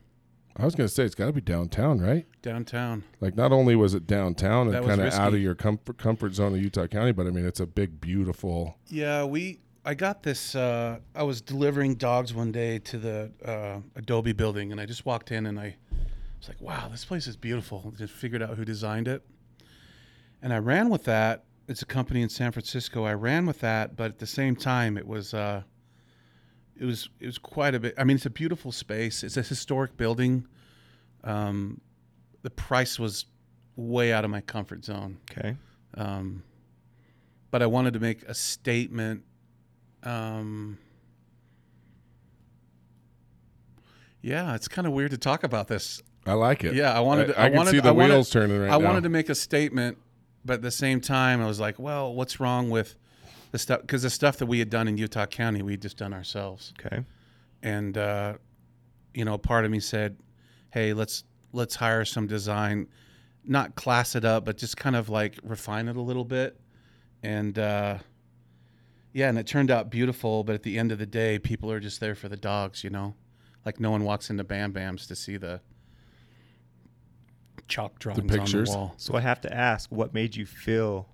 Speaker 2: I was going to say, it's got to be downtown, right?
Speaker 4: downtown.
Speaker 2: Like, not only was it downtown
Speaker 4: That
Speaker 2: and
Speaker 4: was
Speaker 2: kind of out of
Speaker 4: risky.
Speaker 2: your comfort, comfort zone of Utah County, but I mean, it's a big, beautiful.
Speaker 4: Yeah, we. I got this. Uh, I was delivering dogs one day to the uh, Adobe building, and I just walked in and I was like, "Wow, this place is beautiful." Just figured out who designed it, and I ran with that. It's a company in San Francisco. I ran with that, but at the same time, it was. Uh, it was it was quite a bit. I mean, it's a beautiful space. It's a historic building. Um, the price was way out of my comfort zone
Speaker 3: Okay.
Speaker 4: um, but I wanted to make a statement. Um, yeah, it's kind of weird to talk about this.
Speaker 2: I like it.
Speaker 4: Yeah, I wanted. To,
Speaker 2: I, I,
Speaker 4: wanted,
Speaker 2: can see the
Speaker 4: I wanted-
Speaker 2: wheels turning right
Speaker 4: I
Speaker 2: now.
Speaker 4: wanted to make a statement, but at the same time, I was like, "Well, what's wrong with the stuff?" Because the stuff that we had done in Utah County, we had just done ourselves,
Speaker 3: Okay.
Speaker 4: and uh, you know, part of me said, "Hey, let's let's hire some design, not class it up, but just kind of like refine it a little bit." And uh, yeah, and it turned out beautiful. But at the end of the day, people are just there for the dogs, you know. Like no one walks into Bam Bams to see the chalk drawings
Speaker 2: pictures.
Speaker 4: on the wall.
Speaker 3: So I have to ask, what made you feel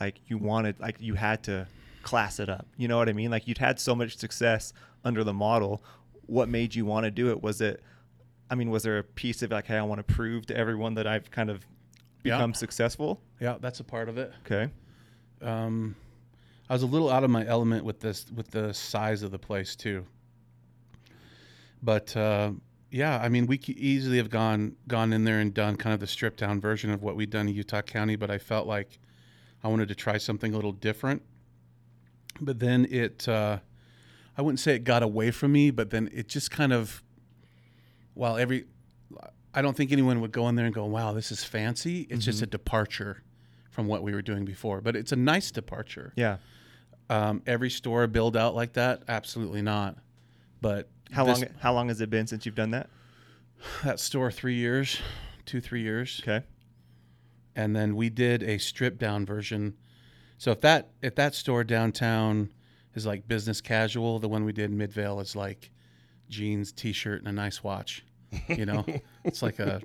Speaker 3: like you wanted, like you had to class it up? You know what I mean? Like you'd had so much success under the model. What made you want to do it? Was it, I mean, was there a piece of like, hey, I want to prove to everyone that I've kind of
Speaker 4: Yeah.
Speaker 3: become successful?
Speaker 4: Yeah, that's a part of it.
Speaker 3: Okay.
Speaker 4: um, I was a little out of my element with this with the size of the place too. But uh, yeah, I mean, we could easily have gone gone in there and done kind of the stripped down version of what we'd done in Utah County, but I felt like I wanted to try something a little different. But then it, uh, I wouldn't say it got away from me, but then it just kind of, while every, I don't think anyone would go in there and go, "Wow, this is fancy." It's just a departure from what we were doing before, but it's a nice departure.
Speaker 3: Yeah.
Speaker 4: Um, every store build out like that, absolutely not. But
Speaker 3: How
Speaker 4: this-
Speaker 3: long? How long has it been since you've done that?
Speaker 4: [LAUGHS] That store three years, two three years,
Speaker 3: Okay.
Speaker 4: and then we did a stripped down version. So if that if that store downtown is like business casual, the one we did in Midvale is like jeans, t shirt, and a nice watch. You
Speaker 3: [LAUGHS]
Speaker 4: know, it's like a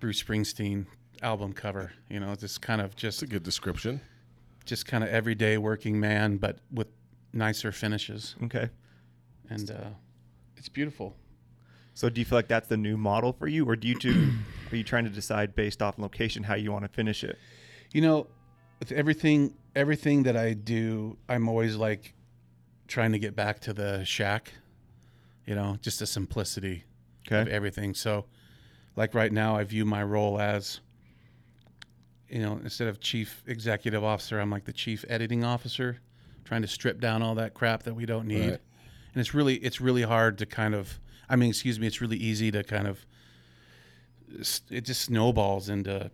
Speaker 4: Bruce Springsteen album cover. You know, just kind of just
Speaker 2: It's a good description.
Speaker 4: just kind of everyday working man, but with nicer finishes.
Speaker 3: Okay.
Speaker 4: And uh, it's beautiful.
Speaker 3: So do you feel like that's the new model for you, or do you two [CLEARS THROAT] are you trying to decide based off location how you want to finish it?
Speaker 4: You know, with everything everything that I do, I'm always like trying to get back to the shack. You know, just the simplicity of
Speaker 3: Okay.
Speaker 4: everything. So, like right now, I view my role as, you know, instead of chief executive officer, I'm like the chief editing officer, trying to strip down all that crap that we don't need.
Speaker 2: Right.
Speaker 4: And it's really, it's really hard to kind of, I mean, excuse me, it's really easy to kind of, it just snowballs into,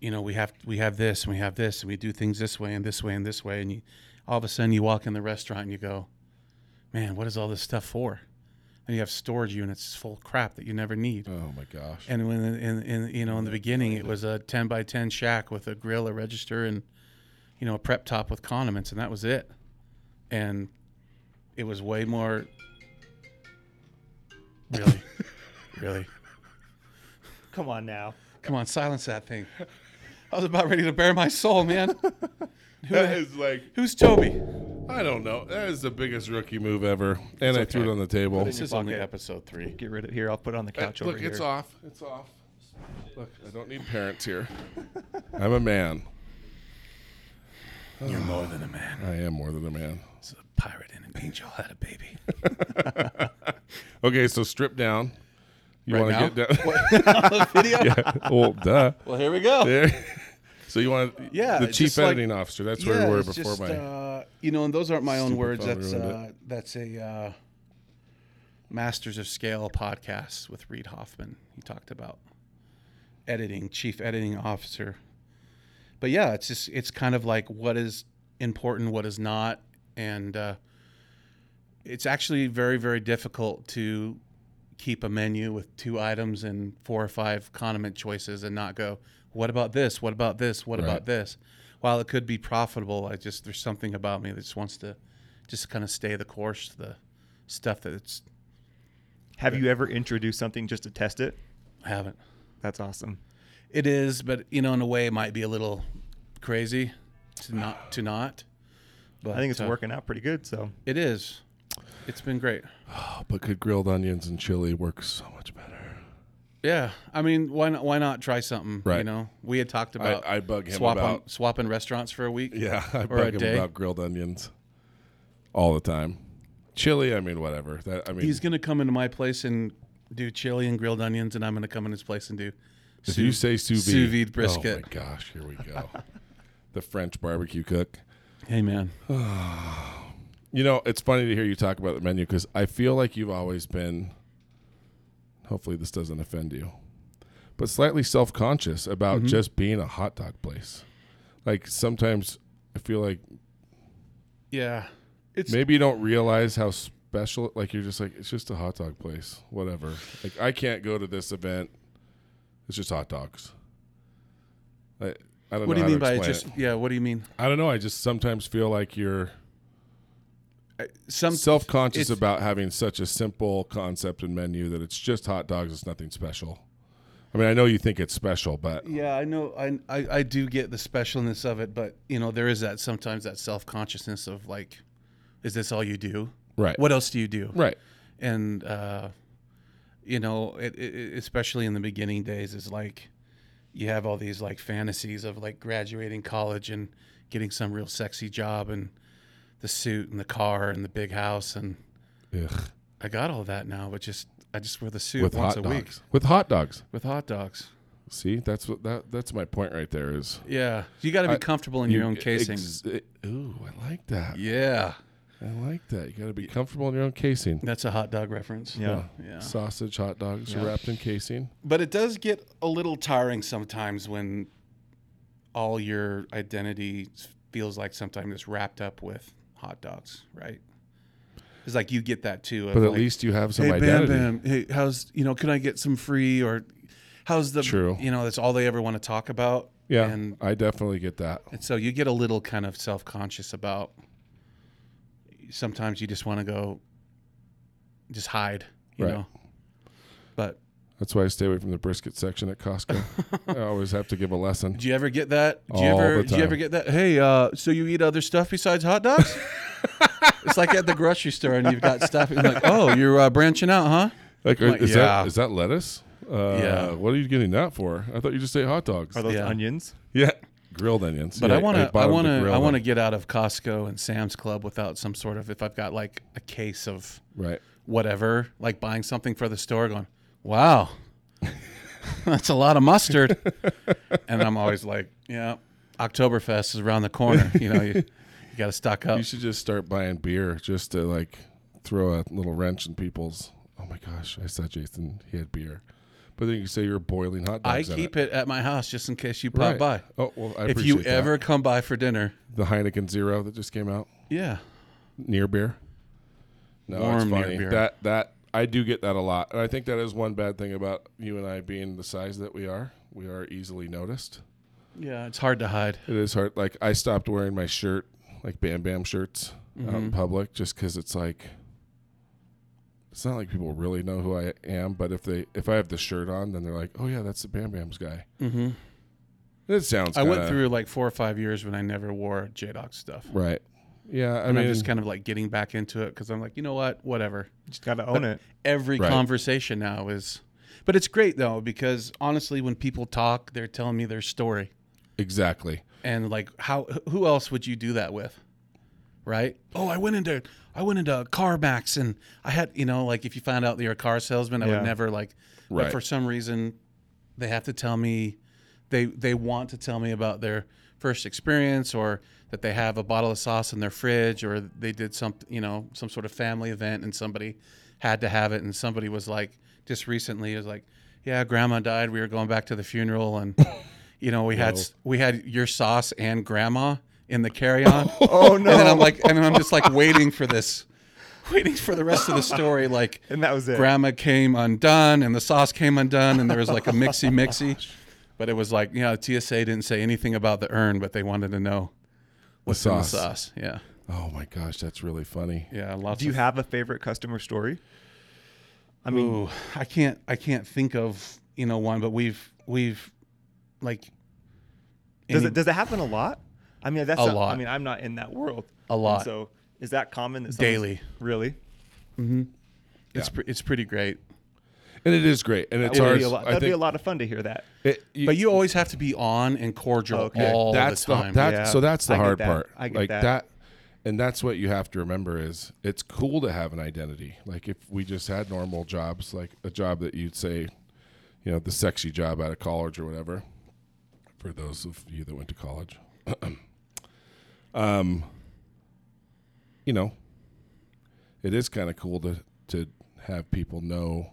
Speaker 4: you know, we have we have this and we have this and we do things this way and this way and this way and you, all of a sudden you walk in the restaurant and you go, man, what is all this stuff for? And you have storage units full of crap that you never need.
Speaker 2: Oh my gosh.
Speaker 4: And when in, in you know in the beginning it was a ten by ten shack with a grill, a register, and you know a prep top with condiments, and that was it. And it was way more. Really, [LAUGHS] really.
Speaker 3: Come on now.
Speaker 4: Come on, silence that thing. I was about ready to bare my soul, [LAUGHS] man. Who
Speaker 2: That
Speaker 4: the-
Speaker 2: is like
Speaker 4: who's Toby?
Speaker 2: I don't know. That is the biggest rookie move ever, and I threw it on the table.
Speaker 4: This is only episode three.
Speaker 3: Get rid of here. I'll put it on the
Speaker 2: Uh,
Speaker 3: couch over
Speaker 2: Look,
Speaker 3: here.
Speaker 2: it's off. It's off. Look, I don't need parents here. [LAUGHS] I'm a man.
Speaker 4: You're more than a man.
Speaker 2: I am more than a man.
Speaker 4: It's a pirate and an angel had a [LAUGHS] baby.
Speaker 2: Okay, so strip down. You
Speaker 4: Right
Speaker 2: want to
Speaker 4: now?
Speaker 2: get down?
Speaker 4: [LAUGHS]
Speaker 2: yeah. [LAUGHS] Well, duh.
Speaker 4: Well, here we go.
Speaker 2: There. So you want
Speaker 4: Yeah,
Speaker 2: the
Speaker 4: it's
Speaker 2: chief
Speaker 4: just like-
Speaker 2: editing officer? That's where we were
Speaker 4: it's
Speaker 2: before
Speaker 4: just,
Speaker 2: my.
Speaker 4: uh, you know, and those aren't my own
Speaker 2: Stupid
Speaker 4: words.
Speaker 2: phone
Speaker 4: That's
Speaker 2: ruined
Speaker 4: uh, that's a uh, Masters of Scale podcast with Reed Hoffman. He talked about editing, chief editing officer. But yeah, it's just it's kind of like what is important, what is not, and uh, it's actually very very difficult to keep a menu with two items and four or five condiment choices and not go, what about this? What about this? What
Speaker 2: Right.
Speaker 4: about this? While it could be profitable, I just there's something about me that just wants to just kind of stay the course, the stuff that it's
Speaker 3: Have you ever introduced something just to test it?
Speaker 4: I haven't.
Speaker 3: That's awesome.
Speaker 4: It is, but you know, in a way, it might be a little crazy to not to not. But
Speaker 3: I think it's
Speaker 4: uh,
Speaker 3: working out pretty good. So
Speaker 4: It is. It's been great.
Speaker 2: Oh, but good grilled onions and chili works so much better.
Speaker 4: Yeah, I mean, why not? Why not try something? You
Speaker 2: Right.
Speaker 4: know, we had talked about
Speaker 2: I bug him
Speaker 4: swap
Speaker 2: about-
Speaker 4: swapping restaurants for a week.
Speaker 2: Yeah, [LAUGHS] I
Speaker 4: Or a
Speaker 2: bug him
Speaker 4: day.
Speaker 2: about grilled onions all the time. Chili, I mean, whatever. That I mean,
Speaker 4: He's gonna come into my place and do chili and grilled onions, and I'm gonna come in his place and do.
Speaker 2: If
Speaker 4: sous-
Speaker 2: you say sous vide,
Speaker 4: sous vide brisket.
Speaker 2: Oh my gosh, here we
Speaker 4: [LAUGHS]
Speaker 2: go. the French barbecue cook.
Speaker 4: Hey man,
Speaker 2: You know, it's funny to hear you talk about the menu because I feel like you've always been. Hopefully, this doesn't offend you, but slightly self-conscious about
Speaker 4: Mm-hmm.
Speaker 2: just being a hot dog place. Like sometimes I feel like
Speaker 4: yeah, it's
Speaker 2: maybe you don't realize how special. Like you're just like it's just a hot dog place, whatever. Like I can't go to this event. It's just hot dogs. I, I don't
Speaker 4: what
Speaker 2: know
Speaker 4: do you
Speaker 2: how
Speaker 4: mean
Speaker 2: to
Speaker 4: by
Speaker 2: explain it.
Speaker 4: just? Yeah, what do you mean?
Speaker 2: I don't know. I just sometimes feel like you're
Speaker 4: Some
Speaker 2: self conscious
Speaker 4: it's-
Speaker 2: about having such a simple concept and menu that it's just hot dogs. It's nothing special. I mean, I know you think it's special, but
Speaker 4: Yeah, I know. I, I I do get the specialness of it, but you know, there is that sometimes that self consciousness of like, is this all you do?
Speaker 2: right,
Speaker 4: What else do you do?
Speaker 2: right,
Speaker 4: And uh, you know, it, it, it- especially in the beginning days, is like you have all these like fantasies of like graduating college and getting some real sexy job and the suit and the car and the big house and
Speaker 2: Ugh.
Speaker 4: I got all that now, but just I just wear the suit
Speaker 2: with
Speaker 4: once
Speaker 2: hot
Speaker 4: a
Speaker 2: dogs.
Speaker 4: week
Speaker 2: With hot dogs.
Speaker 4: with hot dogs.
Speaker 2: See, that's what that that's my point right there. Is
Speaker 4: Yeah, you got to be
Speaker 2: I-
Speaker 4: comfortable in your
Speaker 2: you-
Speaker 4: own casing.
Speaker 2: ex- ooh, I like that.
Speaker 4: Yeah.
Speaker 2: I like that. You got to be comfortable in your own casing.
Speaker 4: That's a hot dog reference.
Speaker 3: yeah.
Speaker 4: Yeah.
Speaker 2: Sausage, hot dogs
Speaker 3: Yeah.
Speaker 2: wrapped in casing.
Speaker 4: But it does get a little tiring sometimes when all your identity feels like sometimes it's wrapped up with hot dogs, right? It's like you get that too. Of
Speaker 2: But at
Speaker 4: like,
Speaker 2: least you have some
Speaker 4: hey,
Speaker 2: identity.
Speaker 4: Bam Bam, hey, how's, you know, can I get some free or how's the,
Speaker 2: True.
Speaker 4: you know, that's all they ever want to talk about.
Speaker 2: Yeah,
Speaker 4: And,
Speaker 2: I definitely get that.
Speaker 4: and so you get a little kind of self conscious about sometimes you just want to go just hide, you
Speaker 2: Right.
Speaker 4: know? But
Speaker 2: That's why I stay away from the brisket section at
Speaker 4: [LAUGHS]
Speaker 2: Costco. I always have to give a lesson.
Speaker 4: Do you ever get that? Do you
Speaker 2: All
Speaker 4: ever
Speaker 2: the
Speaker 4: do you ever
Speaker 2: time. [LAUGHS]
Speaker 4: get that? Hey, uh, so you eat other stuff besides hot dogs? It's like at the grocery store and you've got stuff. And you're like, oh, you're uh, branching out, huh?
Speaker 2: Like,
Speaker 4: I'm like,
Speaker 2: is
Speaker 4: yeah.
Speaker 2: that is that lettuce? Uh,
Speaker 4: Yeah.
Speaker 2: What are you getting that for? I thought you just ate hot dogs.
Speaker 3: Are those
Speaker 4: Yeah.
Speaker 3: onions?
Speaker 2: yeah, grilled onions.
Speaker 4: But
Speaker 2: Yeah,
Speaker 4: I want to,
Speaker 2: bought
Speaker 4: I
Speaker 2: them
Speaker 4: want to,
Speaker 2: grill
Speaker 4: I want to
Speaker 2: them.
Speaker 4: get out of Costco and Sam's Club without some sort of. If I've got like a case of
Speaker 2: right.
Speaker 4: whatever, like buying something for the store, going, wow, [LAUGHS] that's a lot of mustard. and I'm always like, yeah, Oktoberfest is around the corner. You know, you, you got to stock up.
Speaker 2: You should just start buying beer just to like throw a little wrench in people's. Oh my gosh! I saw Jason. He had beer, but then you say you're boiling hot
Speaker 4: I
Speaker 2: dogs. in
Speaker 4: keep it at my house just in case you
Speaker 2: Right.
Speaker 4: pop by.
Speaker 2: Oh well, I
Speaker 4: If you
Speaker 2: appreciate that.
Speaker 4: ever come by for dinner,
Speaker 2: the Heineken Zero that just came out.
Speaker 4: yeah,
Speaker 2: near beer. No,
Speaker 4: Warm
Speaker 2: it's
Speaker 4: near
Speaker 2: funny.
Speaker 4: beer.
Speaker 2: That that I do get that a lot, and I think that is one bad thing about you and I being the size that we are. We are easily noticed.
Speaker 4: yeah, it's hard to hide.
Speaker 2: It is hard. Like I stopped wearing my shirt, like Bam Bam shirts, out in public, just because it's like. It's not like people really know who I am, but if they if I have the shirt on, then they're like, "Oh yeah, that's the Bam Bam's guy."
Speaker 4: Mm-hmm.
Speaker 2: It sounds.
Speaker 4: I went
Speaker 2: kinda-
Speaker 4: through like four or five years when I never wore J Doc stuff.
Speaker 2: right. Yeah, I
Speaker 4: and
Speaker 2: mean,
Speaker 4: I'm just kind of like getting back into it because I'm like, you know what, whatever.
Speaker 3: You just gotta
Speaker 4: Uh,
Speaker 3: own it.
Speaker 4: Every
Speaker 2: Right.
Speaker 4: conversation now is, but it's great though because honestly, when people talk, they're telling me their story,
Speaker 2: exactly.
Speaker 4: and like, how who else would you do that with, right? Oh, I went into I went into CarMax and I had you know like if you found out that you're a car salesman, I
Speaker 3: Yeah.
Speaker 4: would never like,
Speaker 2: Right.
Speaker 4: but for some reason, they have to tell me, they they want to tell me about their first experience or that they have a bottle of sauce in their fridge or they did some you know some sort of family event and somebody had to have it and somebody was like just recently is like yeah grandma died we were going back to the funeral and you know we had s- we had your sauce and grandma in the carry on
Speaker 3: Oh no!
Speaker 4: [LAUGHS] and then I'm like and I'm just like waiting for this waiting for the rest of the story like
Speaker 3: [LAUGHS] and that was it.
Speaker 4: grandma came undone and the sauce came undone and there was like a mixy mixy but it was like you know tsa didn't say anything about the urn but they wanted to know
Speaker 2: The
Speaker 4: in the
Speaker 2: sauce.
Speaker 4: sauce yeah
Speaker 2: Oh my gosh, that's really funny.
Speaker 4: yeah lots
Speaker 3: Do you
Speaker 4: of
Speaker 3: have a favorite customer story? I mean,
Speaker 4: Ooh, i can't i can't think of you know one but we've we've like
Speaker 3: does
Speaker 4: any-
Speaker 3: it does it happen a lot? I mean, that's
Speaker 4: A
Speaker 3: not- I
Speaker 4: lot.
Speaker 3: mean, I'm not in that world.
Speaker 4: A
Speaker 3: And
Speaker 4: lot.
Speaker 3: So is that common? That someone's-
Speaker 4: daily
Speaker 3: Really?
Speaker 4: it's pre- it's pretty great
Speaker 2: And it is great, and it's
Speaker 3: That'd
Speaker 2: hard.
Speaker 3: be a lot,
Speaker 2: I
Speaker 3: that'd be
Speaker 2: think
Speaker 3: a lot of fun to hear that.
Speaker 2: It, you,
Speaker 4: but you always have to be on and cordial
Speaker 3: Okay.
Speaker 4: all
Speaker 2: that's
Speaker 4: the time
Speaker 2: that-
Speaker 3: Yeah.
Speaker 2: So that's the
Speaker 3: I get
Speaker 2: hard
Speaker 3: that.
Speaker 2: part.
Speaker 3: I get
Speaker 2: like
Speaker 3: that.
Speaker 2: and that's what you have to remember is it's cool to have an identity. Like if we just had normal jobs, like a job that you'd say, you know, the sexy job out of college or whatever. For those of you that went to college, [CLEARS THROAT] um, you know, it is kind of cool to to have people know.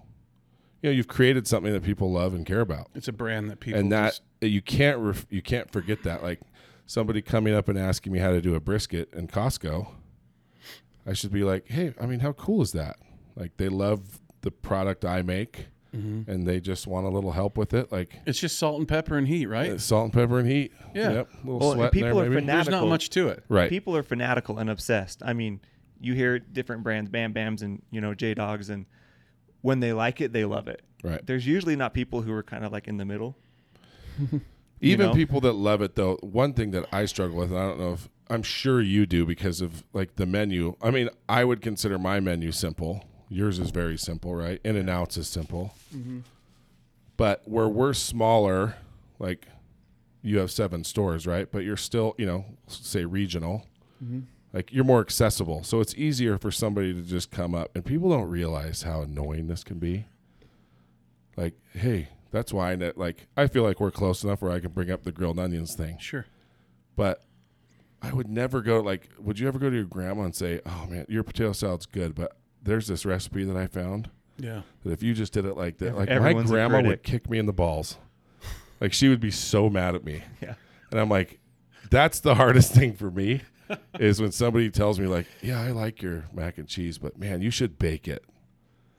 Speaker 2: You know, you've created something that people love and care about
Speaker 4: it's a brand that people
Speaker 2: and that
Speaker 4: just-
Speaker 2: you can't ref, you can't forget that. Like somebody coming up and asking me how to do a brisket in Costco, I should be like, "Hey, I mean, how cool is that?" Like they love the product I make,
Speaker 3: Mm-hmm.
Speaker 2: and they just want a little help with it, like
Speaker 4: it's just salt and pepper and heat right
Speaker 2: salt and pepper and heat.
Speaker 4: Yeah.
Speaker 2: yep, a little
Speaker 3: Well, and
Speaker 2: sweat. in
Speaker 3: people
Speaker 2: there,
Speaker 3: are
Speaker 2: maybe.
Speaker 3: fanat-
Speaker 4: there's not
Speaker 3: Fanatical.
Speaker 4: much to it
Speaker 2: right.
Speaker 3: People are fanatical and obsessed. I mean, you hear different brands, Bam Bams and you know J Dogs, and when they like it, they love it.
Speaker 2: Right.
Speaker 3: There's usually not people who are kind of like in the middle.
Speaker 2: Even
Speaker 3: know?
Speaker 2: people that love it, though, one thing that I struggle with, and I don't know if I'm sure you do because of like the menu. I mean, I would consider my menu simple. Yours is very simple, right? In and outs is simple. But where we're smaller, like you have seven stores, right? But you're still, you know, say regional. Like you're more accessible. So it's easier for somebody to just come up. And people don't realize how annoying this can be like, hey, that's why I ne- like I feel like we're close enough where I can bring up the grilled onions thing.
Speaker 4: sure
Speaker 2: But I would never go like would you ever go to your grandma and say, Oh man, your potato salad's good, but there's this recipe that I found
Speaker 4: yeah
Speaker 2: that if you just did it like that, like my
Speaker 3: Everyone's a
Speaker 2: grandma would
Speaker 3: critic.
Speaker 2: kick me in the balls. Like she would be so mad at me.
Speaker 3: Yeah.
Speaker 2: And I'm like, that's the hardest [LAUGHS] thing for me is when somebody tells me like, Yeah, I like your mac and cheese, but man, you should bake it.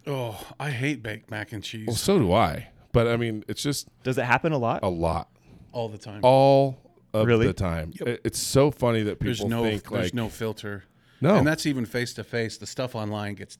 Speaker 4: oh i hate baked mac and cheese
Speaker 2: Well, so do I. But I mean, it's just
Speaker 3: Does it happen a lot?
Speaker 2: a lot.
Speaker 4: all the time
Speaker 2: all of
Speaker 3: Really?
Speaker 2: the time. It- It's so funny that people
Speaker 4: there's no
Speaker 2: think
Speaker 4: there's
Speaker 2: like
Speaker 4: no filter.
Speaker 2: No.
Speaker 4: and that's even face to face. The stuff online gets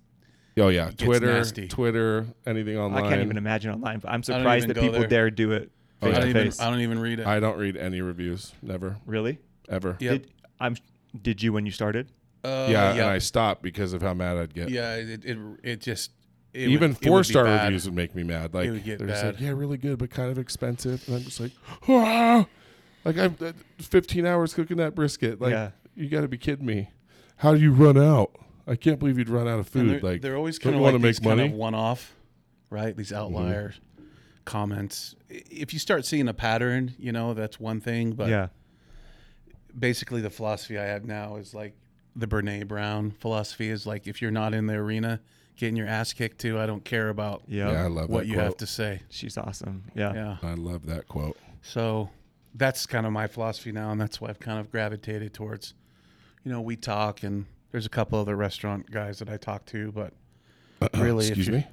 Speaker 2: oh yeah, Twitter,
Speaker 4: nasty.
Speaker 2: Twitter, anything online.
Speaker 3: I can't even imagine online. But I'm
Speaker 4: don't
Speaker 3: surprised
Speaker 4: even
Speaker 3: that
Speaker 4: go
Speaker 3: people
Speaker 4: there.
Speaker 3: dare do it face
Speaker 4: I,
Speaker 3: to
Speaker 4: don't even,
Speaker 3: face.
Speaker 4: I don't even read it.
Speaker 2: I don't read any reviews, never,
Speaker 3: Really?
Speaker 2: ever.
Speaker 4: Yep.
Speaker 3: Did I'm did you when you started?
Speaker 4: Uh,
Speaker 2: yeah,
Speaker 4: yeah,
Speaker 2: and I stopped because of how mad I'd get.
Speaker 4: yeah. It it, it just it would-
Speaker 2: Even
Speaker 4: it would be
Speaker 2: four star
Speaker 4: bad.
Speaker 2: reviews would make me mad. Like
Speaker 4: would get
Speaker 2: they're just
Speaker 4: bad.
Speaker 2: like, yeah, really good, but kind of expensive. And I'm just like, ah! like I'm uh, 15 hours cooking that brisket. Like
Speaker 3: Yeah.
Speaker 2: you got to be kidding me. How do you run out? I can't believe you'd run out of
Speaker 4: And
Speaker 2: food.
Speaker 4: They're,
Speaker 2: like
Speaker 4: they're always
Speaker 2: don't
Speaker 4: kind of
Speaker 2: you wanna Mm-hmm.
Speaker 4: like these kind of one-off, right? These outlier comments. I- If you start seeing a pattern, you know that's one thing. But
Speaker 3: yeah.
Speaker 4: basically, the philosophy I have now is like the Brene Brown philosophy is like if you're not in the arena getting your ass kicked to, I don't care about
Speaker 3: Yeah.
Speaker 2: Yeah, I love
Speaker 4: what
Speaker 2: that
Speaker 4: you
Speaker 2: quote.
Speaker 4: have to say.
Speaker 3: She's awesome. Yeah.
Speaker 4: Yeah.
Speaker 2: I love that quote. [CLEARS THROAT]
Speaker 4: So that's kind of my philosophy now, and that's why I've kind of gravitated towards. You know, we talk, and there's a couple other restaurant guys that I talk to, but Really, if
Speaker 2: Excuse
Speaker 4: you-
Speaker 2: me.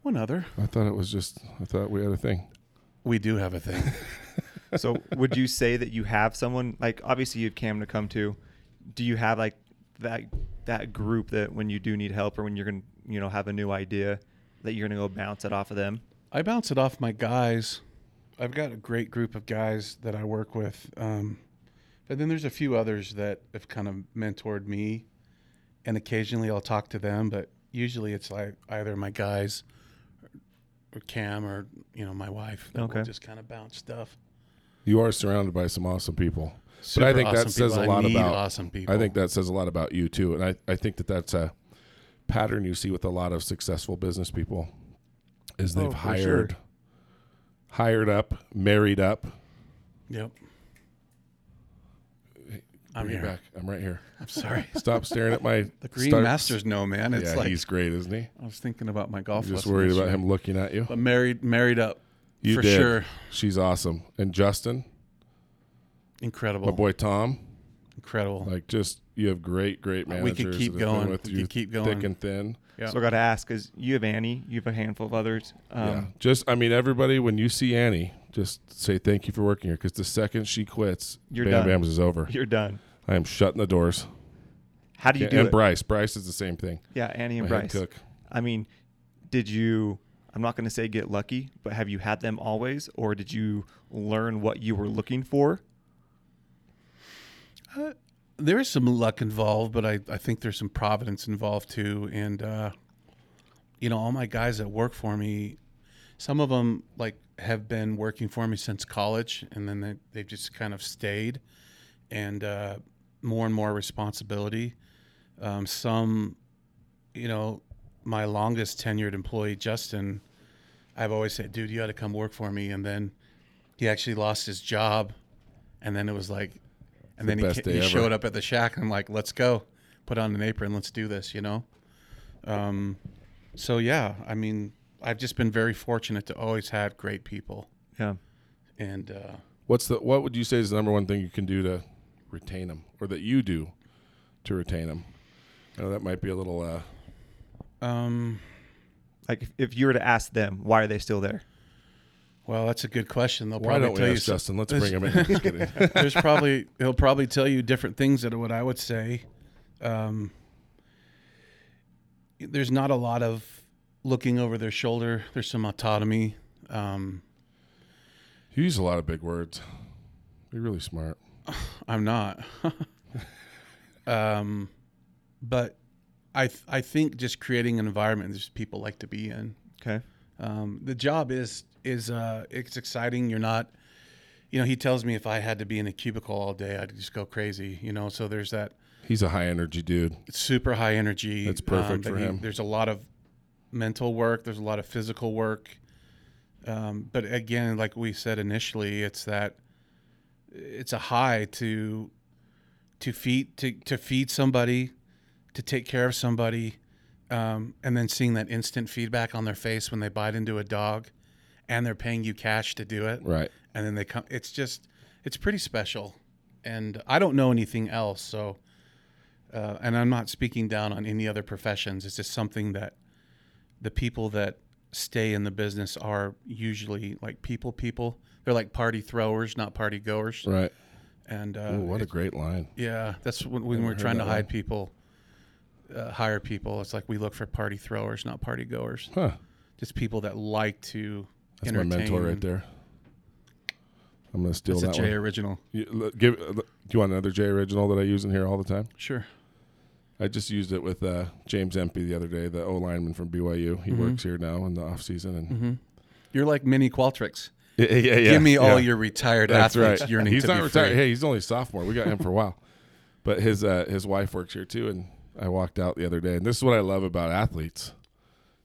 Speaker 4: one other.
Speaker 2: I thought it was just. I thought we had a thing.
Speaker 4: We do have a thing.
Speaker 3: so would you say that you have someone like obviously you have Cam to come to? Do you have like that that group that when you do need help or when you're gonna you know have a new idea that you're gonna go bounce it off of them?
Speaker 4: I bounce it off my guys. I've got a great group of guys that I work with. Um, and then there's a few others that have kind of mentored me. And occasionally I'll talk to them, but usually it's like either my guys or Cam or, you know, my wife that
Speaker 3: Okay.
Speaker 4: will just kind of bounce stuff.
Speaker 2: You are surrounded by some awesome people.
Speaker 4: Super
Speaker 2: but I think that
Speaker 4: awesome
Speaker 2: says a
Speaker 4: people. I
Speaker 2: lot
Speaker 4: need
Speaker 2: about
Speaker 4: awesome people.
Speaker 2: I think that says a lot about you too, and I, I think that that's a pattern you see with a lot of successful business people is they've
Speaker 3: Oh, for sure.
Speaker 2: hired hired up, married up.
Speaker 4: Yep. I'm
Speaker 2: Bring
Speaker 4: here.
Speaker 2: it back. I'm right here.
Speaker 4: I'm [LAUGHS] sorry.
Speaker 2: Stop staring at my
Speaker 4: The Green
Speaker 2: start-
Speaker 4: Masters know, man. It's
Speaker 2: Yeah,
Speaker 4: like
Speaker 2: he's great, isn't he?
Speaker 4: I was thinking about my golf.
Speaker 2: I'm just
Speaker 4: lesson
Speaker 2: worried about
Speaker 4: yesterday.
Speaker 2: him looking at you.
Speaker 4: But married, married up.
Speaker 2: You
Speaker 4: for
Speaker 2: did.
Speaker 4: sure.
Speaker 2: She's awesome. And Justin,
Speaker 4: Incredible.
Speaker 2: my boy Tom,
Speaker 4: Incredible.
Speaker 2: like just you have great, great
Speaker 4: Uh,
Speaker 2: managers.
Speaker 4: we could keep
Speaker 2: that have been
Speaker 4: going.
Speaker 2: With
Speaker 4: We
Speaker 2: you
Speaker 4: could keep
Speaker 2: Thick
Speaker 4: going.
Speaker 2: and thin.
Speaker 4: Yeah.
Speaker 3: So I got to ask because you have Annie, you have a handful of others. Um,
Speaker 2: yeah. Just, I mean, everybody, when you see Annie, just say thank you for working here because the second she quits,
Speaker 3: You're
Speaker 2: Bam
Speaker 3: done.
Speaker 2: Bam's is over.
Speaker 3: You're done.
Speaker 2: I am shutting the doors.
Speaker 3: How do you do
Speaker 2: and
Speaker 3: it?
Speaker 2: Bryce. Bryce is the same thing.
Speaker 3: yeah, Annie and
Speaker 2: My head
Speaker 3: Bryce.
Speaker 2: cook.
Speaker 3: I mean, did you? I'm not going to say get lucky, but have you had them always, or did you learn what you were looking for?
Speaker 4: there is some luck involved, but I, I think there's some providence involved too. And, uh, you know, all my guys that work for me, some of them like have been working for me since college and then they, they've just kind of stayed and uh, more and more responsibility. Um, some, you know, my longest tenured employee, Justin, I've always said, dude, you got to come work for me. And then he actually lost his job. And then it was like, and then he,
Speaker 2: best
Speaker 4: ca-
Speaker 2: day
Speaker 4: he
Speaker 2: ever.
Speaker 4: showed up at the shack and I'm like, let's go. Put on an apron. Let's do this, you know? Um, so, yeah, I mean, I've just been very fortunate to always have great people.
Speaker 3: Yeah.
Speaker 4: And uh,
Speaker 2: What's the, what would you say is the number one thing you can do to retain them or that you do to retain them? I know that might be a little, uh,
Speaker 4: um,
Speaker 3: Like if, if you were to ask them, why are they still there?
Speaker 4: Well, that's a good question. They'll
Speaker 2: why
Speaker 4: probably
Speaker 2: don't we
Speaker 4: tell
Speaker 2: ask
Speaker 4: you
Speaker 2: Justin? Let's bring him in.
Speaker 3: [LAUGHS]
Speaker 2: Just kidding.
Speaker 4: there's probably he'll probably tell you different things than what I would say. Um, there's not a lot of looking over their shoulder. There's some autonomy. Um,
Speaker 2: You use a lot of big words. You're really smart.
Speaker 4: I'm not. [LAUGHS] um, but I th- I think just creating an environment that just people like to be in.
Speaker 3: Okay.
Speaker 4: um, the job is is uh, it's exciting. You're not, you know. He tells me if I had to be in a cubicle all day, I'd just go crazy. You know, so there's that
Speaker 2: He's a high energy dude.
Speaker 4: super high energy. um,
Speaker 2: That's perfect
Speaker 4: that
Speaker 2: for
Speaker 4: he-
Speaker 2: him.
Speaker 4: There's a lot of mental work. There's a lot of physical work. Um, but again, like we said initially, it's that it's a high to to feed to to feed somebody, to take care of somebody, um, and then seeing that instant feedback on their face when they bite into a dog, and they're paying you cash to do it
Speaker 2: Right.
Speaker 4: and then they come it's just it's pretty special and i don't know anything else so uh, and i'm not speaking down on any other professions it's just something that the people that stay in the business are usually like people people they're like party throwers not party goers
Speaker 2: Right.
Speaker 4: and uh,
Speaker 2: Ooh, what a
Speaker 4: it-
Speaker 2: great line.
Speaker 4: yeah that's when, when
Speaker 2: Never
Speaker 4: we're
Speaker 2: heard
Speaker 4: trying to
Speaker 2: that one.
Speaker 4: hide people uh, hire people it's like we look for party throwers not party goers
Speaker 2: Huh.
Speaker 4: just people that like to
Speaker 2: That's my mentor right there. I'm gonna steal
Speaker 4: that's a
Speaker 2: that one.
Speaker 4: j original
Speaker 2: uh, You, l- give, l- do you want another J original that I use in here all the time?
Speaker 4: sure
Speaker 2: I just used it with uh, James Empey the other day, the O lineman from BYU.
Speaker 4: Mm-hmm.
Speaker 2: He works here now in the off season, and
Speaker 4: You're like mini Qualtrics.
Speaker 2: [LAUGHS] yeah, yeah, yeah,
Speaker 4: Mm-hmm. Give me all
Speaker 2: yeah.
Speaker 4: your retired
Speaker 2: That's
Speaker 4: athletes
Speaker 2: right.
Speaker 4: yearning
Speaker 2: he's
Speaker 4: to
Speaker 2: not
Speaker 4: be
Speaker 2: retired.
Speaker 4: free.
Speaker 2: Hey, he's only a sophomore. We got him for a while, [LAUGHS] but his uh, his wife works here too. And I walked out the other day, and this is what I love about athletes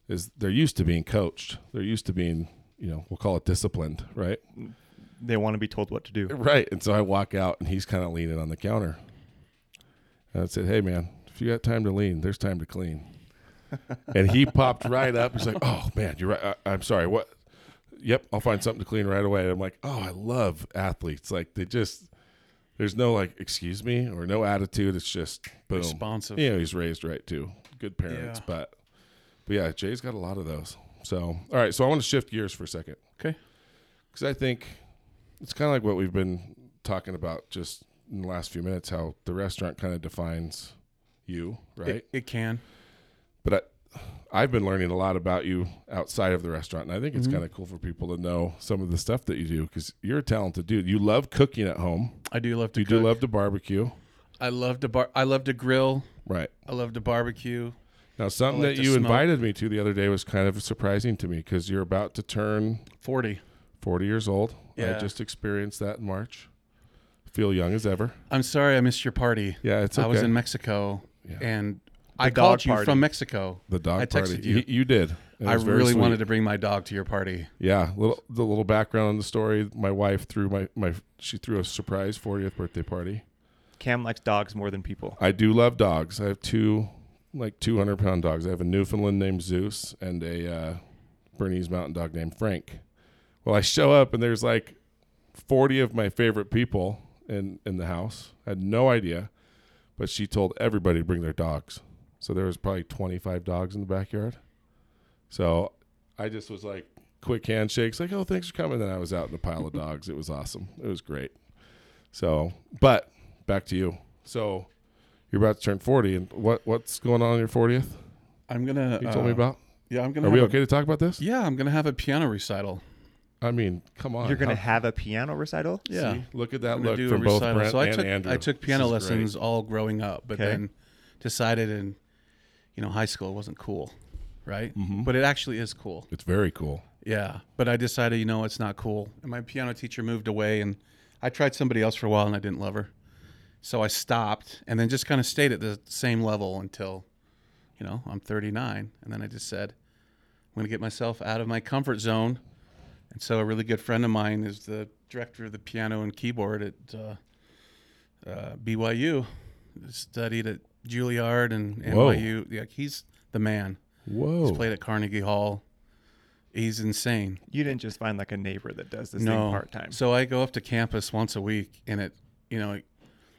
Speaker 2: is they're used to being coached. They're used to being you know we'll call it disciplined, right?
Speaker 3: They want to be told what to
Speaker 2: [LAUGHS]
Speaker 3: do.
Speaker 2: Right. And so I walk out, and he's kind of leaning on the counter. And I said, "Hey, man, if you got time to lean, there's time to clean." and he popped right up. He's like, "Oh man, you're right. I, I'm sorry. What? Yep, I'll find something to clean right away." And I'm like, "Oh, I love athletes. Like they just there's no like excuse me or no attitude. It's just boom.
Speaker 4: Responsive.
Speaker 2: You know, he's raised right too. Good parents,
Speaker 4: Yeah.
Speaker 2: but but yeah, Jay's got a lot of those. So all right, so I want to shift gears for a second
Speaker 4: Okay.
Speaker 2: because I think it's kind of like what we've been talking about just in the last few minutes, how the restaurant kind of defines you, right?
Speaker 4: It, it can.
Speaker 2: but I, I've been learning a lot about you outside of the restaurant, and I think it's
Speaker 4: Mm-hmm.
Speaker 2: kind of cool for people to know some of the stuff that you do because you're a talented dude. You love cooking at home.
Speaker 4: I do love to
Speaker 2: You
Speaker 4: cook.
Speaker 2: do love to barbecue,
Speaker 4: I love to bar. I love to grill.
Speaker 2: right?
Speaker 4: I love to barbecue.
Speaker 2: Now, something
Speaker 4: I like
Speaker 2: that
Speaker 4: to
Speaker 2: you
Speaker 4: smoke.
Speaker 2: invited me to the other day was kind of surprising to me because you're about to turn
Speaker 4: Forty.
Speaker 2: 40 years old. I
Speaker 4: Yeah.
Speaker 2: just experienced that in March. Feel young as ever.
Speaker 4: I'm sorry I missed your party.
Speaker 2: Yeah, it's okay.
Speaker 4: I was in Mexico and I
Speaker 3: dog
Speaker 4: called you
Speaker 3: party.
Speaker 4: from Mexico.
Speaker 2: The dog
Speaker 4: I texted
Speaker 2: party.
Speaker 4: you.
Speaker 2: Y- You did. It
Speaker 4: I
Speaker 2: was very
Speaker 4: really
Speaker 2: sweet.
Speaker 4: wanted to bring my dog to your party.
Speaker 2: Yeah, little the little background on the story. My wife threw my my she threw a surprise 40th birthday party.
Speaker 3: Cam likes dogs more than people.
Speaker 2: I do love dogs. I have two like 200 pound dogs. I have a Newfoundland named Zeus and a uh, Bernese Mountain Dog named Frank. Well, I show up and there's like 40 of my favorite people in in the house. I had no idea, but she told everybody to bring their dogs. So there was probably 25 dogs in the backyard. So I just was like quick handshakes, like, oh, thanks for coming. Then I was out in a pile of dogs. It was awesome. It was great. So, but back to you. So you're about to turn 40, and what what's going on on your 40th?
Speaker 4: I'm gonna.
Speaker 2: You
Speaker 4: uh,
Speaker 2: told me about.
Speaker 4: Yeah, I'm gonna.
Speaker 2: Are we
Speaker 4: have
Speaker 2: okay to talk about this?
Speaker 4: A, yeah, I'm gonna have a piano recital.
Speaker 2: I mean, come on.
Speaker 3: You're gonna
Speaker 2: How-
Speaker 3: have a piano recital?
Speaker 4: Oh, Yeah.
Speaker 2: see? look at that
Speaker 4: I'm gonna
Speaker 2: look
Speaker 4: do a
Speaker 2: from both
Speaker 4: recital.
Speaker 2: Brent
Speaker 4: so I
Speaker 2: and
Speaker 4: took
Speaker 2: Andrew.
Speaker 4: I took
Speaker 2: This
Speaker 4: piano
Speaker 2: is great.
Speaker 4: lessons all growing up, but
Speaker 3: Okay.
Speaker 4: then decided in you know high school it wasn't cool, right?
Speaker 2: Mm-hmm.
Speaker 4: But it actually is cool.
Speaker 2: It's very cool.
Speaker 4: Yeah, but I decided you know it's not cool, and my piano teacher moved away, and I tried somebody else for a while, and I didn't love her, so I stopped, and then just kind of stayed at the same level until, you know, I'm 39, and then I just said, I'm going to get myself out of my comfort zone, and so a really good friend of mine is the director of the piano and keyboard at uh, uh, BYU, studied at Juilliard and
Speaker 2: Whoa.
Speaker 4: NYU. Yeah, he's the man. He's
Speaker 2: Whoa.
Speaker 4: played at Carnegie Hall. He's insane.
Speaker 3: You didn't just find like a neighbor that does this
Speaker 4: no
Speaker 3: thing part time.
Speaker 4: So I go up to campus once a week, and it, you know, it,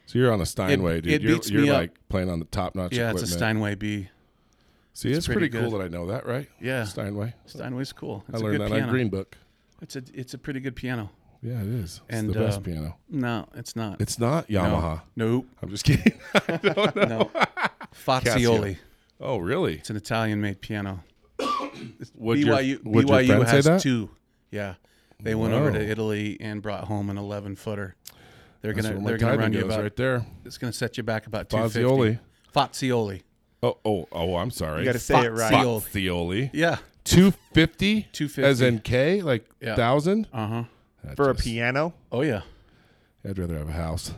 Speaker 2: So you're on a Steinway, dude.
Speaker 4: it
Speaker 2: you're
Speaker 4: beats
Speaker 2: you're
Speaker 4: me up.
Speaker 2: like playing on the top notch
Speaker 4: yeah,
Speaker 2: equipment.
Speaker 4: it's a Steinway B.
Speaker 2: See, it's, pretty,
Speaker 4: pretty
Speaker 2: cool
Speaker 4: good.
Speaker 2: that I know that, right?
Speaker 4: Yeah,
Speaker 2: Steinway.
Speaker 4: Steinway's cool. It's
Speaker 2: I
Speaker 4: a
Speaker 2: learned
Speaker 4: good
Speaker 2: that
Speaker 4: piano.
Speaker 2: on Green Book.
Speaker 4: It's a it's a pretty good piano.
Speaker 2: Yeah, it is. It's
Speaker 4: And,
Speaker 2: the best
Speaker 4: uh,
Speaker 2: piano.
Speaker 4: No, it's not.
Speaker 2: It's not
Speaker 4: no.
Speaker 2: Yamaha.
Speaker 4: Nope.
Speaker 2: I'm just [LAUGHS] kidding.
Speaker 4: No. Fazioli.
Speaker 2: oh, really?
Speaker 4: It's an Italian-made piano.
Speaker 2: Would
Speaker 4: BYU
Speaker 2: would
Speaker 4: BYU
Speaker 2: friend
Speaker 4: has
Speaker 2: say that?
Speaker 4: two. Yeah, they went over to
Speaker 2: Whoa.
Speaker 4: Italy and brought home an 11 footer. They're
Speaker 2: That's
Speaker 4: gonna
Speaker 2: where my
Speaker 4: they're gonna
Speaker 2: tithing
Speaker 4: run you
Speaker 2: goes
Speaker 4: about.
Speaker 2: right there.
Speaker 4: It's gonna set you back about 250.
Speaker 2: Fazioli.
Speaker 4: Fazioli.
Speaker 2: Oh, oh, oh! I'm sorry.
Speaker 3: you got to say it right.
Speaker 4: Fuck.
Speaker 2: Fazioli.
Speaker 4: Yeah.
Speaker 2: Two fifty.
Speaker 4: 250.
Speaker 2: As in K, like
Speaker 4: Yeah.
Speaker 2: thousand.
Speaker 4: Uh huh.
Speaker 3: For a piano,
Speaker 4: Oh yeah.
Speaker 2: I'd rather have a house.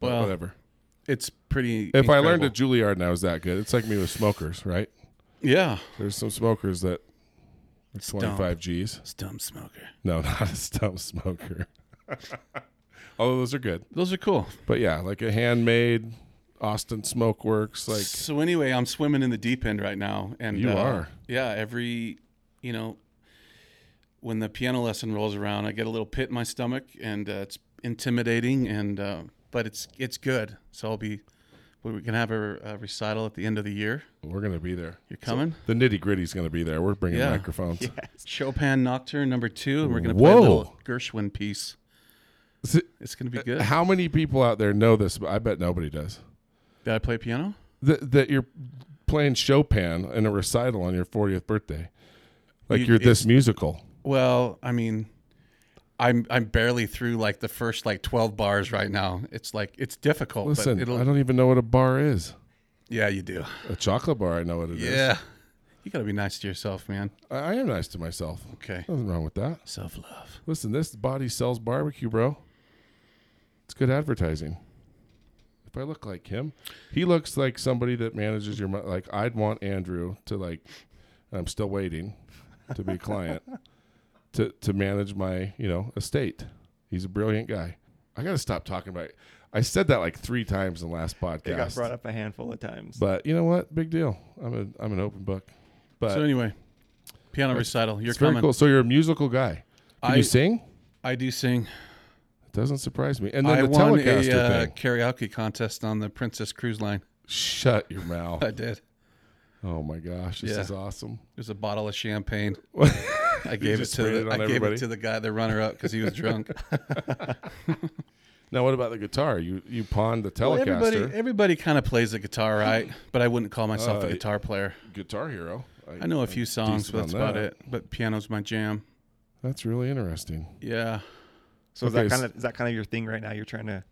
Speaker 2: But
Speaker 4: Well,
Speaker 2: whatever.
Speaker 4: It's pretty.
Speaker 2: If I learned
Speaker 4: incredible.
Speaker 2: at Juilliard and I was that good, it's like me with smokers, right?
Speaker 4: yeah,
Speaker 2: There's some smokers that are
Speaker 4: Stump.
Speaker 2: 25 G's.
Speaker 4: it's dumb smoker.
Speaker 2: No, [LAUGHS] not a stump smoker. [LAUGHS] Although those are good.
Speaker 4: Those are cool.
Speaker 2: But yeah, like a handmade Austin Smokeworks, like
Speaker 4: so anyway, I'm swimming in the deep end right now, and
Speaker 2: You
Speaker 4: uh,
Speaker 2: are.
Speaker 4: Yeah, every you know, when the piano lesson rolls around, I get a little pit in my stomach, and uh, it's intimidating, and uh, but it's it's good. So I'll be we can have a, a recital at the end of the year.
Speaker 2: we're going to be there.
Speaker 4: You're coming.
Speaker 2: The nitty gritty's going to be there. We're bringing
Speaker 4: [LAUGHS] Yeah.
Speaker 2: microphones.
Speaker 4: Chopin Nocturne number two, and we're gonna play
Speaker 2: Whoa.
Speaker 4: a little Gershwin piece.
Speaker 2: S-
Speaker 4: It's gonna be good.
Speaker 2: How many people out there know this? But I bet nobody does.
Speaker 4: Did I play piano?
Speaker 2: That, that you're playing Chopin in a recital on your 40th birthday. Like
Speaker 4: You-
Speaker 2: you're this musical.
Speaker 4: Well, I mean, I'm I'm barely through like the first like twelve bars right now. It's like it's difficult.
Speaker 2: Listen,
Speaker 4: but it'll,
Speaker 2: I don't even know what a bar is.
Speaker 4: Yeah, you do.
Speaker 2: A chocolate bar, I know what it is.
Speaker 4: Yeah. You got to be nice to yourself, man.
Speaker 2: I, I am nice to myself.
Speaker 4: Okay.
Speaker 2: Nothing wrong with that.
Speaker 4: Self love.
Speaker 2: Listen, this body sells barbecue, bro. It's good advertising. If I look like him, he looks like somebody that manages your money. Like I'd want Andrew to like. I'm still waiting to be a client to to manage my you know estate. He's a brilliant guy. I gotta stop talking about. It. I said that like three times in the last podcast.
Speaker 3: It got brought up a handful of times.
Speaker 2: But you know what? Big deal. I'm a I'm an open book. But
Speaker 4: So, anyway, piano recital. You're
Speaker 2: it's very
Speaker 4: coming.
Speaker 2: cool. So you're a musical guy. Can
Speaker 4: I,
Speaker 2: you sing?
Speaker 4: I do sing.
Speaker 2: It doesn't surprise me. And then
Speaker 4: I
Speaker 2: the
Speaker 4: won
Speaker 2: Telecaster
Speaker 4: a uh,
Speaker 2: thing.
Speaker 4: karaoke contest on the Princess Cruise Line.
Speaker 2: Shut your
Speaker 4: [LAUGHS]
Speaker 2: mouth.
Speaker 4: I did. It
Speaker 2: Oh my gosh, this
Speaker 4: Yeah.
Speaker 2: is awesome.
Speaker 4: was a bottle
Speaker 2: [LAUGHS]
Speaker 4: of champagne. I
Speaker 2: You
Speaker 4: gave it
Speaker 2: just
Speaker 4: to
Speaker 2: sprayed
Speaker 4: the,
Speaker 2: it on
Speaker 4: I gave
Speaker 2: everybody?
Speaker 4: it to the guy, the runner up, because he was drunk.
Speaker 2: Now, what about the guitar? You you pawned the
Speaker 4: Well,
Speaker 2: Telecaster.
Speaker 4: everybody everybody kind of plays the guitar, right? But I wouldn't call myself
Speaker 2: Uh,
Speaker 4: a guitar player.
Speaker 2: guitar hero.
Speaker 4: I know a few songs,
Speaker 2: decent
Speaker 4: but that's
Speaker 2: on
Speaker 4: about
Speaker 2: that.
Speaker 4: it. But piano's my jam.
Speaker 2: That's really interesting.
Speaker 4: Yeah.
Speaker 3: So is
Speaker 2: Okay,
Speaker 3: that kind
Speaker 2: s-
Speaker 3: of is that kind of your thing right now? You're trying to.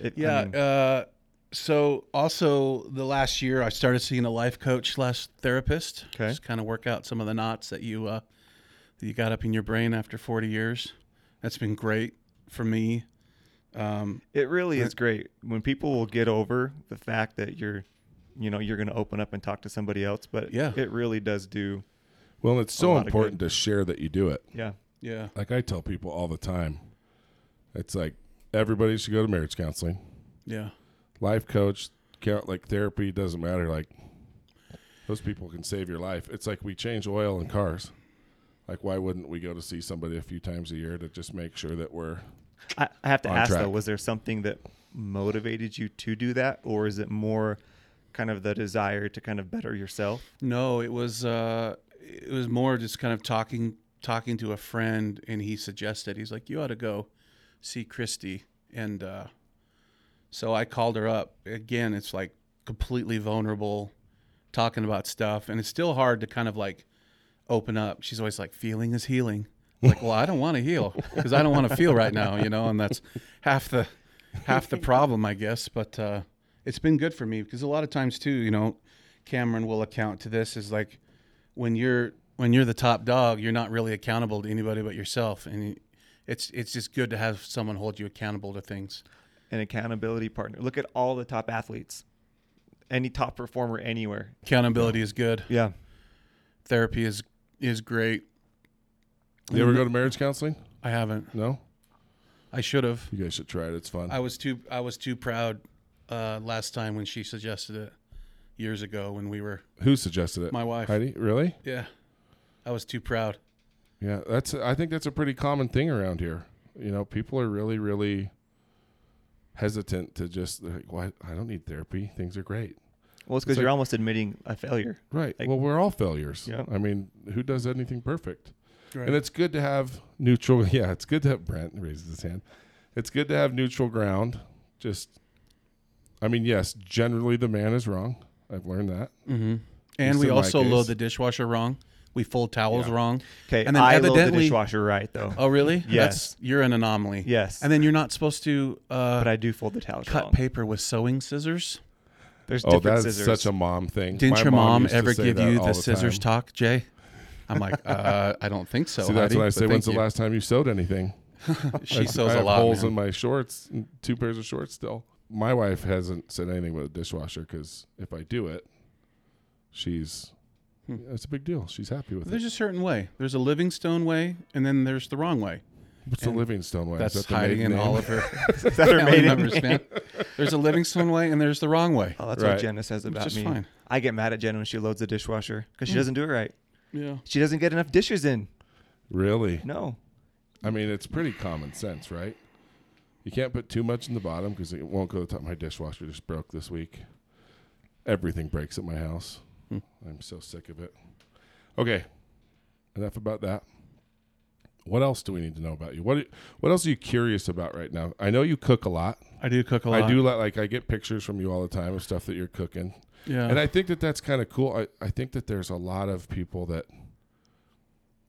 Speaker 3: It, I
Speaker 4: Yeah.
Speaker 3: mean,
Speaker 4: uh, so also the last year, I started seeing a life coach slash therapist.
Speaker 3: Okay.
Speaker 4: Just kind of work out some of the knots that you uh, that you got up in your brain after 40 years. That's been great for me. Um,
Speaker 3: it really is great when people will get over the fact that you're, you know, you're going to open up and talk to somebody else. But
Speaker 4: Yeah.
Speaker 3: it really does do.
Speaker 2: Well, it's
Speaker 3: A
Speaker 2: so
Speaker 3: lot of
Speaker 2: important to share that you do it.
Speaker 3: Yeah.
Speaker 4: yeah.
Speaker 2: Like I tell people all the time, it's like everybody should go to marriage counseling,
Speaker 4: Yeah.
Speaker 2: life coach, count like therapy doesn't matter. Like those people can save your life. It's like we change oil in cars. Like why wouldn't we go to see somebody a few times a year to just make sure that we're
Speaker 3: I, I have to
Speaker 2: On
Speaker 3: ask
Speaker 2: track.
Speaker 3: though, was there something that motivated you to do that, or is it more kind of the desire to kind of better yourself?
Speaker 4: No, it was uh, it was more just kind of talking talking to a friend, and he suggested he's like, you ought to go see Christy, and uh, so I called her up again. It's like completely vulnerable, talking about stuff, and it's still hard to kind of like open up. She's always like, feeling is healing. I'm Like, well, I don't want to heal because I don't want to feel right now, you know, and that's half the half the problem, I guess. But uh, it's been good for me because a lot of times too, you know, Cameron will account to this is like when you're when you're the top dog, you're not really accountable to anybody but yourself, and it's it's just good to have someone hold you accountable to things.
Speaker 3: An accountability partner. Look at all the top athletes, any top performer anywhere.
Speaker 4: Accountability is good.
Speaker 3: Yeah.
Speaker 4: Therapy is is great.
Speaker 2: you ever go
Speaker 4: Mm-hmm.
Speaker 2: to marriage counseling?
Speaker 4: I haven't.
Speaker 2: No?
Speaker 4: I should have.
Speaker 2: You guys should try it. It's fun.
Speaker 4: I was too I was too proud uh, last time when she suggested it years ago when we were
Speaker 2: Who suggested it?
Speaker 4: my wife.
Speaker 2: Heidi, really?
Speaker 4: Yeah. I was too proud.
Speaker 2: Yeah, that's. I think that's a pretty common thing around here. You know, people are really, really hesitant to just they're like, "Why? I don't need therapy. Things are great."
Speaker 3: Well, it's because
Speaker 2: It's like-
Speaker 3: you're almost admitting a failure.
Speaker 2: Right.
Speaker 3: Like-
Speaker 2: well, we're all failures.
Speaker 3: Yeah.
Speaker 2: I mean, who does anything perfect?
Speaker 4: Right.
Speaker 2: And it's good to have neutral. [LAUGHS] Yeah, it's good to have Brent raises his hand. It's good to have neutral ground. Just, I mean, yes, generally the man is wrong. I've learned that.
Speaker 4: mm-hmm.
Speaker 2: Least
Speaker 4: And we
Speaker 2: in my
Speaker 4: also
Speaker 2: case.
Speaker 4: load the dishwasher wrong. We fold towels
Speaker 2: Yeah.
Speaker 4: wrong.
Speaker 3: Okay.
Speaker 4: And then
Speaker 3: I load the
Speaker 4: evidently-
Speaker 3: dishwasher right though.
Speaker 4: Oh really?
Speaker 3: Yes.
Speaker 4: That's, you're an anomaly.
Speaker 3: Yes.
Speaker 4: And then you're not supposed to uh,
Speaker 3: but I do fold the towel.
Speaker 4: cut
Speaker 3: wrong.
Speaker 4: paper with sewing scissors.
Speaker 3: There's
Speaker 2: Oh,
Speaker 3: different
Speaker 2: that's
Speaker 3: scissors.
Speaker 2: such a mom thing.
Speaker 4: Didn't
Speaker 2: My
Speaker 4: your mom
Speaker 2: used to
Speaker 4: ever
Speaker 2: say
Speaker 4: give
Speaker 2: that
Speaker 4: you
Speaker 2: all
Speaker 4: the, scissors
Speaker 2: time.
Speaker 4: talk, Jay? I'm like, uh, I don't think so.
Speaker 2: See, that's
Speaker 4: Heidi,
Speaker 2: what I
Speaker 4: but
Speaker 2: say. When's
Speaker 4: thank
Speaker 2: the
Speaker 4: you.
Speaker 2: last time you sewed anything?
Speaker 4: She
Speaker 2: I-
Speaker 4: sews
Speaker 2: I
Speaker 4: a
Speaker 2: have
Speaker 4: lot.
Speaker 2: Holes
Speaker 4: man.
Speaker 2: in my shorts, and two pairs of shorts still. My wife hasn't said anything about the dishwasher because if I do it, she's it's a big deal. She's happy with
Speaker 4: Hmm. There's
Speaker 2: it.
Speaker 4: a certain way. There's a Livingstone way, and then there's the wrong way.
Speaker 2: What's the
Speaker 4: and
Speaker 2: Livingstone way? Is that
Speaker 4: That's
Speaker 2: the
Speaker 4: Heidi
Speaker 2: maiden
Speaker 4: and
Speaker 2: name?
Speaker 4: all of her
Speaker 3: Is [LAUGHS] that her
Speaker 4: family
Speaker 3: maiden
Speaker 4: members, man. There's a Livingstone way, and there's the wrong way.
Speaker 3: Oh, that's
Speaker 2: Right.
Speaker 3: what Jenna says about
Speaker 4: is
Speaker 3: me.
Speaker 4: fine.
Speaker 3: I get mad at Jenna when she loads the dishwasher because she doesn't do it right.
Speaker 4: Yeah.
Speaker 3: She doesn't get enough dishes in.
Speaker 2: Really?
Speaker 3: No.
Speaker 2: I mean, it's pretty common sense, right? You can't put too much in the bottom because it won't go to the top. My dishwasher just broke this week. Everything breaks at my house.
Speaker 4: Hmm.
Speaker 2: I'm so sick of it. Okay, enough about that. What else do we need to know about you? What What else are you curious about right now? I know you cook a lot.
Speaker 4: I do cook a lot.
Speaker 2: I do li- like. I get pictures from you all the time of stuff that you're cooking,
Speaker 4: Yeah.
Speaker 2: and I think that that's kind of cool. I, I think that there's a lot of people that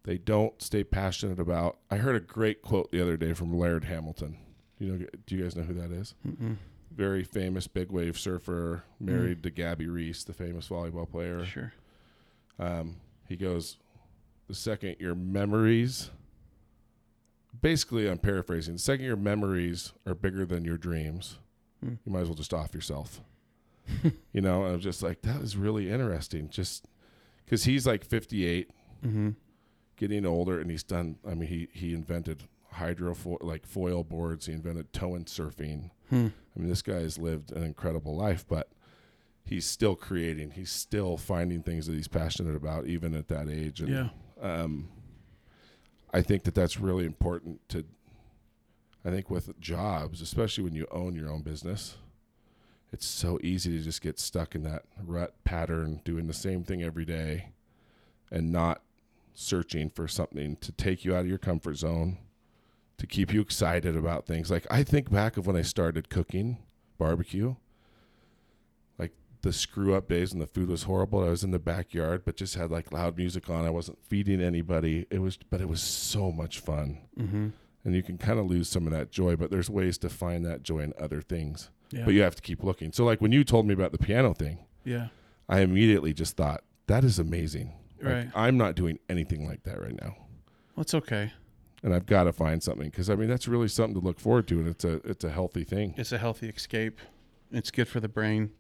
Speaker 2: they don't stay passionate about. I heard a great quote the other day from Laird Hamilton. You know, do you guys know who that is?
Speaker 4: Mm-mm.
Speaker 2: very famous big wave surfer, married to Gabby Reese, the famous volleyball player.
Speaker 4: Sure.
Speaker 2: Um, he goes, the second your memories, basically, I'm paraphrasing. The second your memories are bigger than your dreams,
Speaker 4: Hmm.
Speaker 2: you might as well just off yourself. you know, I was just like, that is really interesting. Just because he's like 58,
Speaker 4: Mm-hmm.
Speaker 2: getting older, and he's done. I mean, he he invented hydro fo- like foil boards. He invented tow and surfing.
Speaker 4: Hmm.
Speaker 2: I mean, this guy has lived an incredible life, but he's still creating. He's still finding things that he's passionate about, even at that age. And,
Speaker 4: Yeah.
Speaker 2: Um, I think that that's really important to. I think with jobs, especially when you own your own business, it's so easy to just get stuck in that rut pattern, doing the same thing every day, and not searching for something to take you out of your comfort zone to keep you excited about things. Like I think back of when I started cooking barbecue, like the screw up days when the food was horrible. I was in the backyard, but just had like loud music on. I wasn't feeding anybody. It was, but it was so much fun.
Speaker 4: Mm-hmm.
Speaker 2: And you can kind of lose some of that joy, but there's ways to find that joy in other things.
Speaker 4: Yeah.
Speaker 2: But you have to keep looking. So like when you told me about the piano thing,
Speaker 4: yeah.
Speaker 2: I immediately just thought that is amazing. Like,
Speaker 4: Right.
Speaker 2: I'm not doing anything like that right now
Speaker 4: Well, it's okay.
Speaker 2: and I've got to find something because I mean that's really something to look forward to, and it's a it's a healthy thing.
Speaker 4: It's a healthy escape. It's good for the brain,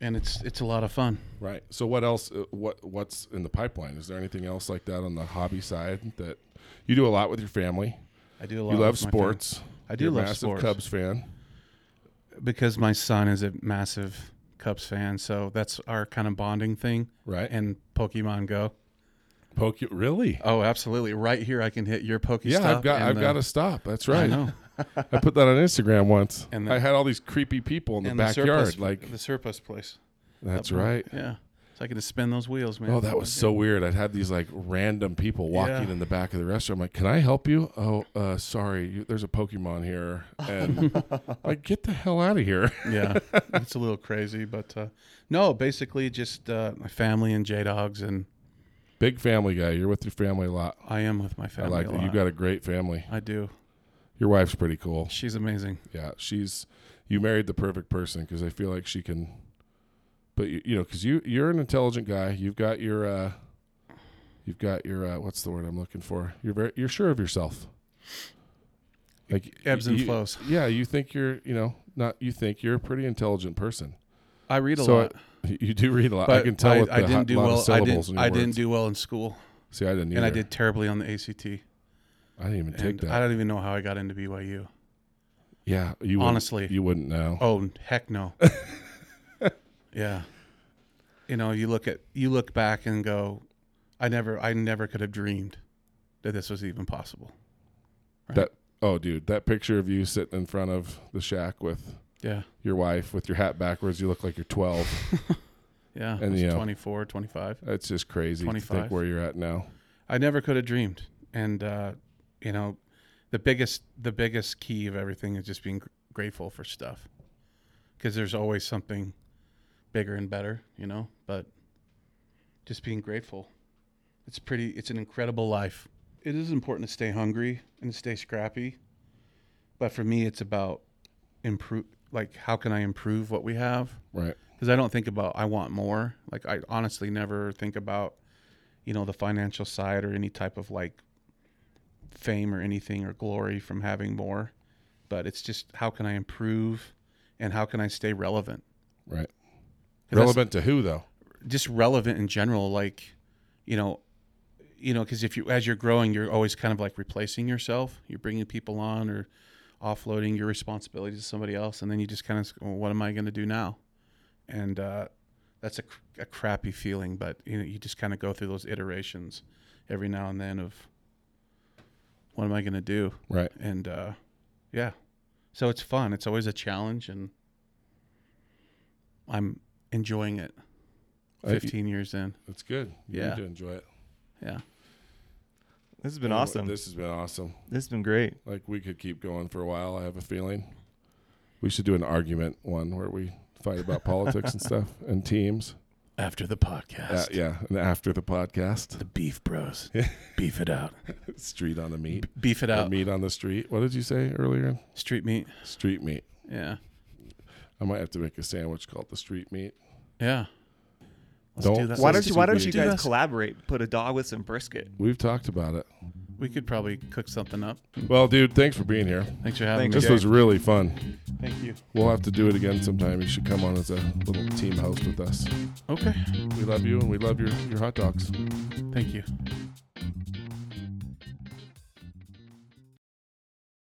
Speaker 4: and it's it's a lot of fun.
Speaker 2: Right. So what else? uh, What what's in the pipeline? Is there anything else like that on the hobby side that you do a lot with your family?
Speaker 4: I do a lot.
Speaker 2: You love
Speaker 4: with my
Speaker 2: sports.
Speaker 4: I do
Speaker 2: You're a
Speaker 4: love
Speaker 2: massive
Speaker 4: sports.
Speaker 2: Cubs fan.
Speaker 4: family. because my son is a massive Cubs fan, so that's our kind of bonding thing.
Speaker 2: Right.
Speaker 4: And Pokemon Go.
Speaker 2: Poke really.
Speaker 4: Oh, absolutely. Right here, I can hit your Pokestop.
Speaker 2: Yeah, I've got
Speaker 4: and
Speaker 2: I've
Speaker 4: the-
Speaker 2: got to stop. That's
Speaker 4: I
Speaker 2: right. I,
Speaker 4: know.
Speaker 2: put that on Instagram once.
Speaker 4: And
Speaker 2: And
Speaker 4: the-
Speaker 2: I had all these creepy people in the
Speaker 4: And
Speaker 2: backyard.
Speaker 4: surplus,
Speaker 2: like
Speaker 4: the surplus place.
Speaker 2: that's right.
Speaker 4: Yeah. So I can just spin those wheels, man.
Speaker 2: Oh, that was so weird. I'd had these like random people walking
Speaker 4: Yeah.
Speaker 2: in the back of the restaurant. I'm like, "Can I help you?" Oh, uh, sorry, you, there's a Pokemon here,
Speaker 4: [LAUGHS]
Speaker 2: and like, get the hell out of here. [LAUGHS]
Speaker 4: yeah, it's a little crazy, but uh, no, basically just uh, my family and J Dogs, and
Speaker 2: Big family guy. You're with your family a lot.
Speaker 4: I am with my family.
Speaker 2: I like
Speaker 4: a
Speaker 2: that. You've
Speaker 4: lot.
Speaker 2: got a great family.
Speaker 4: I do.
Speaker 2: Your wife's pretty cool.
Speaker 4: She's amazing.
Speaker 2: Yeah, she's. You married the perfect person because I feel like she can. But you, you know, because you you're an intelligent guy. You've got your. uh You've got your uh, what's the word I'm looking for? You're very you're sure of yourself. Like
Speaker 4: Ebbs and
Speaker 2: you-
Speaker 4: flows.
Speaker 2: yeah, you think you're, you know, not you think you're a pretty intelligent person.
Speaker 4: I read a
Speaker 2: So
Speaker 4: lot,
Speaker 2: I- you do read a lot.
Speaker 4: but
Speaker 2: I can tell with
Speaker 4: I
Speaker 2: the
Speaker 4: didn't
Speaker 2: hot,
Speaker 4: do
Speaker 2: lot
Speaker 4: well.
Speaker 2: of
Speaker 4: I
Speaker 2: syllables in
Speaker 4: didn't. I
Speaker 2: your
Speaker 4: didn't
Speaker 2: words.
Speaker 4: do well in school,
Speaker 2: See, I didn't.
Speaker 4: and I
Speaker 2: either.
Speaker 4: did terribly on the ACT.
Speaker 2: I didn't even take
Speaker 4: And
Speaker 2: that.
Speaker 4: I don't even know how I got into BYU.
Speaker 2: yeah, you wouldn't-
Speaker 4: honestly.
Speaker 2: you wouldn't know.
Speaker 4: Oh heck
Speaker 2: [LAUGHS]
Speaker 4: no. yeah. You know, you look at you look back and go, I never I never could have dreamed that this was even possible.
Speaker 2: That oh, dude, that picture of you sitting in front of the shack with
Speaker 4: Yeah.
Speaker 2: your wife with your hat backwards. You look like you're 12.
Speaker 4: Yeah.
Speaker 2: And,
Speaker 4: I was
Speaker 2: you know-
Speaker 4: 24, 25.
Speaker 2: That's just crazy to
Speaker 4: 25.
Speaker 2: think where you're at now.
Speaker 4: I never could have dreamed. And uh, you know, the biggest the biggest key of everything is just being gr- grateful for stuff. Cuz there's always something bigger and better, you know, but just being grateful. It's pretty it's an incredible life. It is important to stay hungry and to stay scrappy. But for me it's about improve like how can I improve what we have?
Speaker 2: Right.
Speaker 4: because I don't think about I want more. Like I honestly never think about, you know, the financial side or any type of like fame or anything or glory from having more. But it's just how can I improve and how can I stay relevant?
Speaker 2: Right.
Speaker 4: 'Cause that's-
Speaker 2: Relevant to who though?
Speaker 4: just relevant in general like you know you know because if you as you're growing you're always kind of like replacing yourself you're bringing people on or offloading your responsibility to somebody else and then you just kind of well, what am i going to do now and uh, that's a, cr- a crappy feeling but you know you just kind of go through those iterations every now and then of what am i going to do
Speaker 2: Right.
Speaker 4: and uh, yeah, so it's fun. It's always a challenge, and I'm enjoying it.
Speaker 2: I-
Speaker 4: Fifteen years in,
Speaker 2: That's good. You
Speaker 4: Yeah.
Speaker 2: need to enjoy it.
Speaker 4: yeah,
Speaker 3: This has been awesome. This,
Speaker 2: Oh, This has been awesome.
Speaker 3: has been great.
Speaker 2: Like we could keep going for a while. I have a feeling we should do an argument one where we fight
Speaker 4: [LAUGHS]
Speaker 2: about politics and stuff and teams.
Speaker 4: after the
Speaker 2: Uh,
Speaker 4: podcast,
Speaker 2: yeah, and after the podcast, [LAUGHS]
Speaker 4: the Beef Bros, beef it out,
Speaker 2: street on the meat,
Speaker 4: beef it
Speaker 2: or
Speaker 4: out,
Speaker 2: meat on the street. What did you say earlier?
Speaker 4: street meat,
Speaker 2: Street meat.
Speaker 4: yeah,
Speaker 2: I might have to make a sandwich called the street meat.
Speaker 4: Yeah. Let's
Speaker 2: Don't-
Speaker 4: do that.
Speaker 3: Why don't
Speaker 4: Let's
Speaker 2: That's
Speaker 3: you
Speaker 4: do-
Speaker 3: Why
Speaker 2: what
Speaker 3: don't
Speaker 2: we
Speaker 3: you
Speaker 2: do.
Speaker 3: guys
Speaker 4: Yes.
Speaker 3: collaborate? Put a dog with some brisket.
Speaker 2: We've talked about it.
Speaker 4: We could probably cook something up.
Speaker 2: Well, dude, thanks for being here.
Speaker 4: Thanks for having
Speaker 3: Thanks.
Speaker 2: This
Speaker 3: Okay.
Speaker 2: was really fun.
Speaker 4: me. Thank you.
Speaker 2: We'll have to do it again sometime. You should come on as a little team host with us.
Speaker 4: Okay.
Speaker 2: We love you and we love your, your hot dogs.
Speaker 4: Thank you.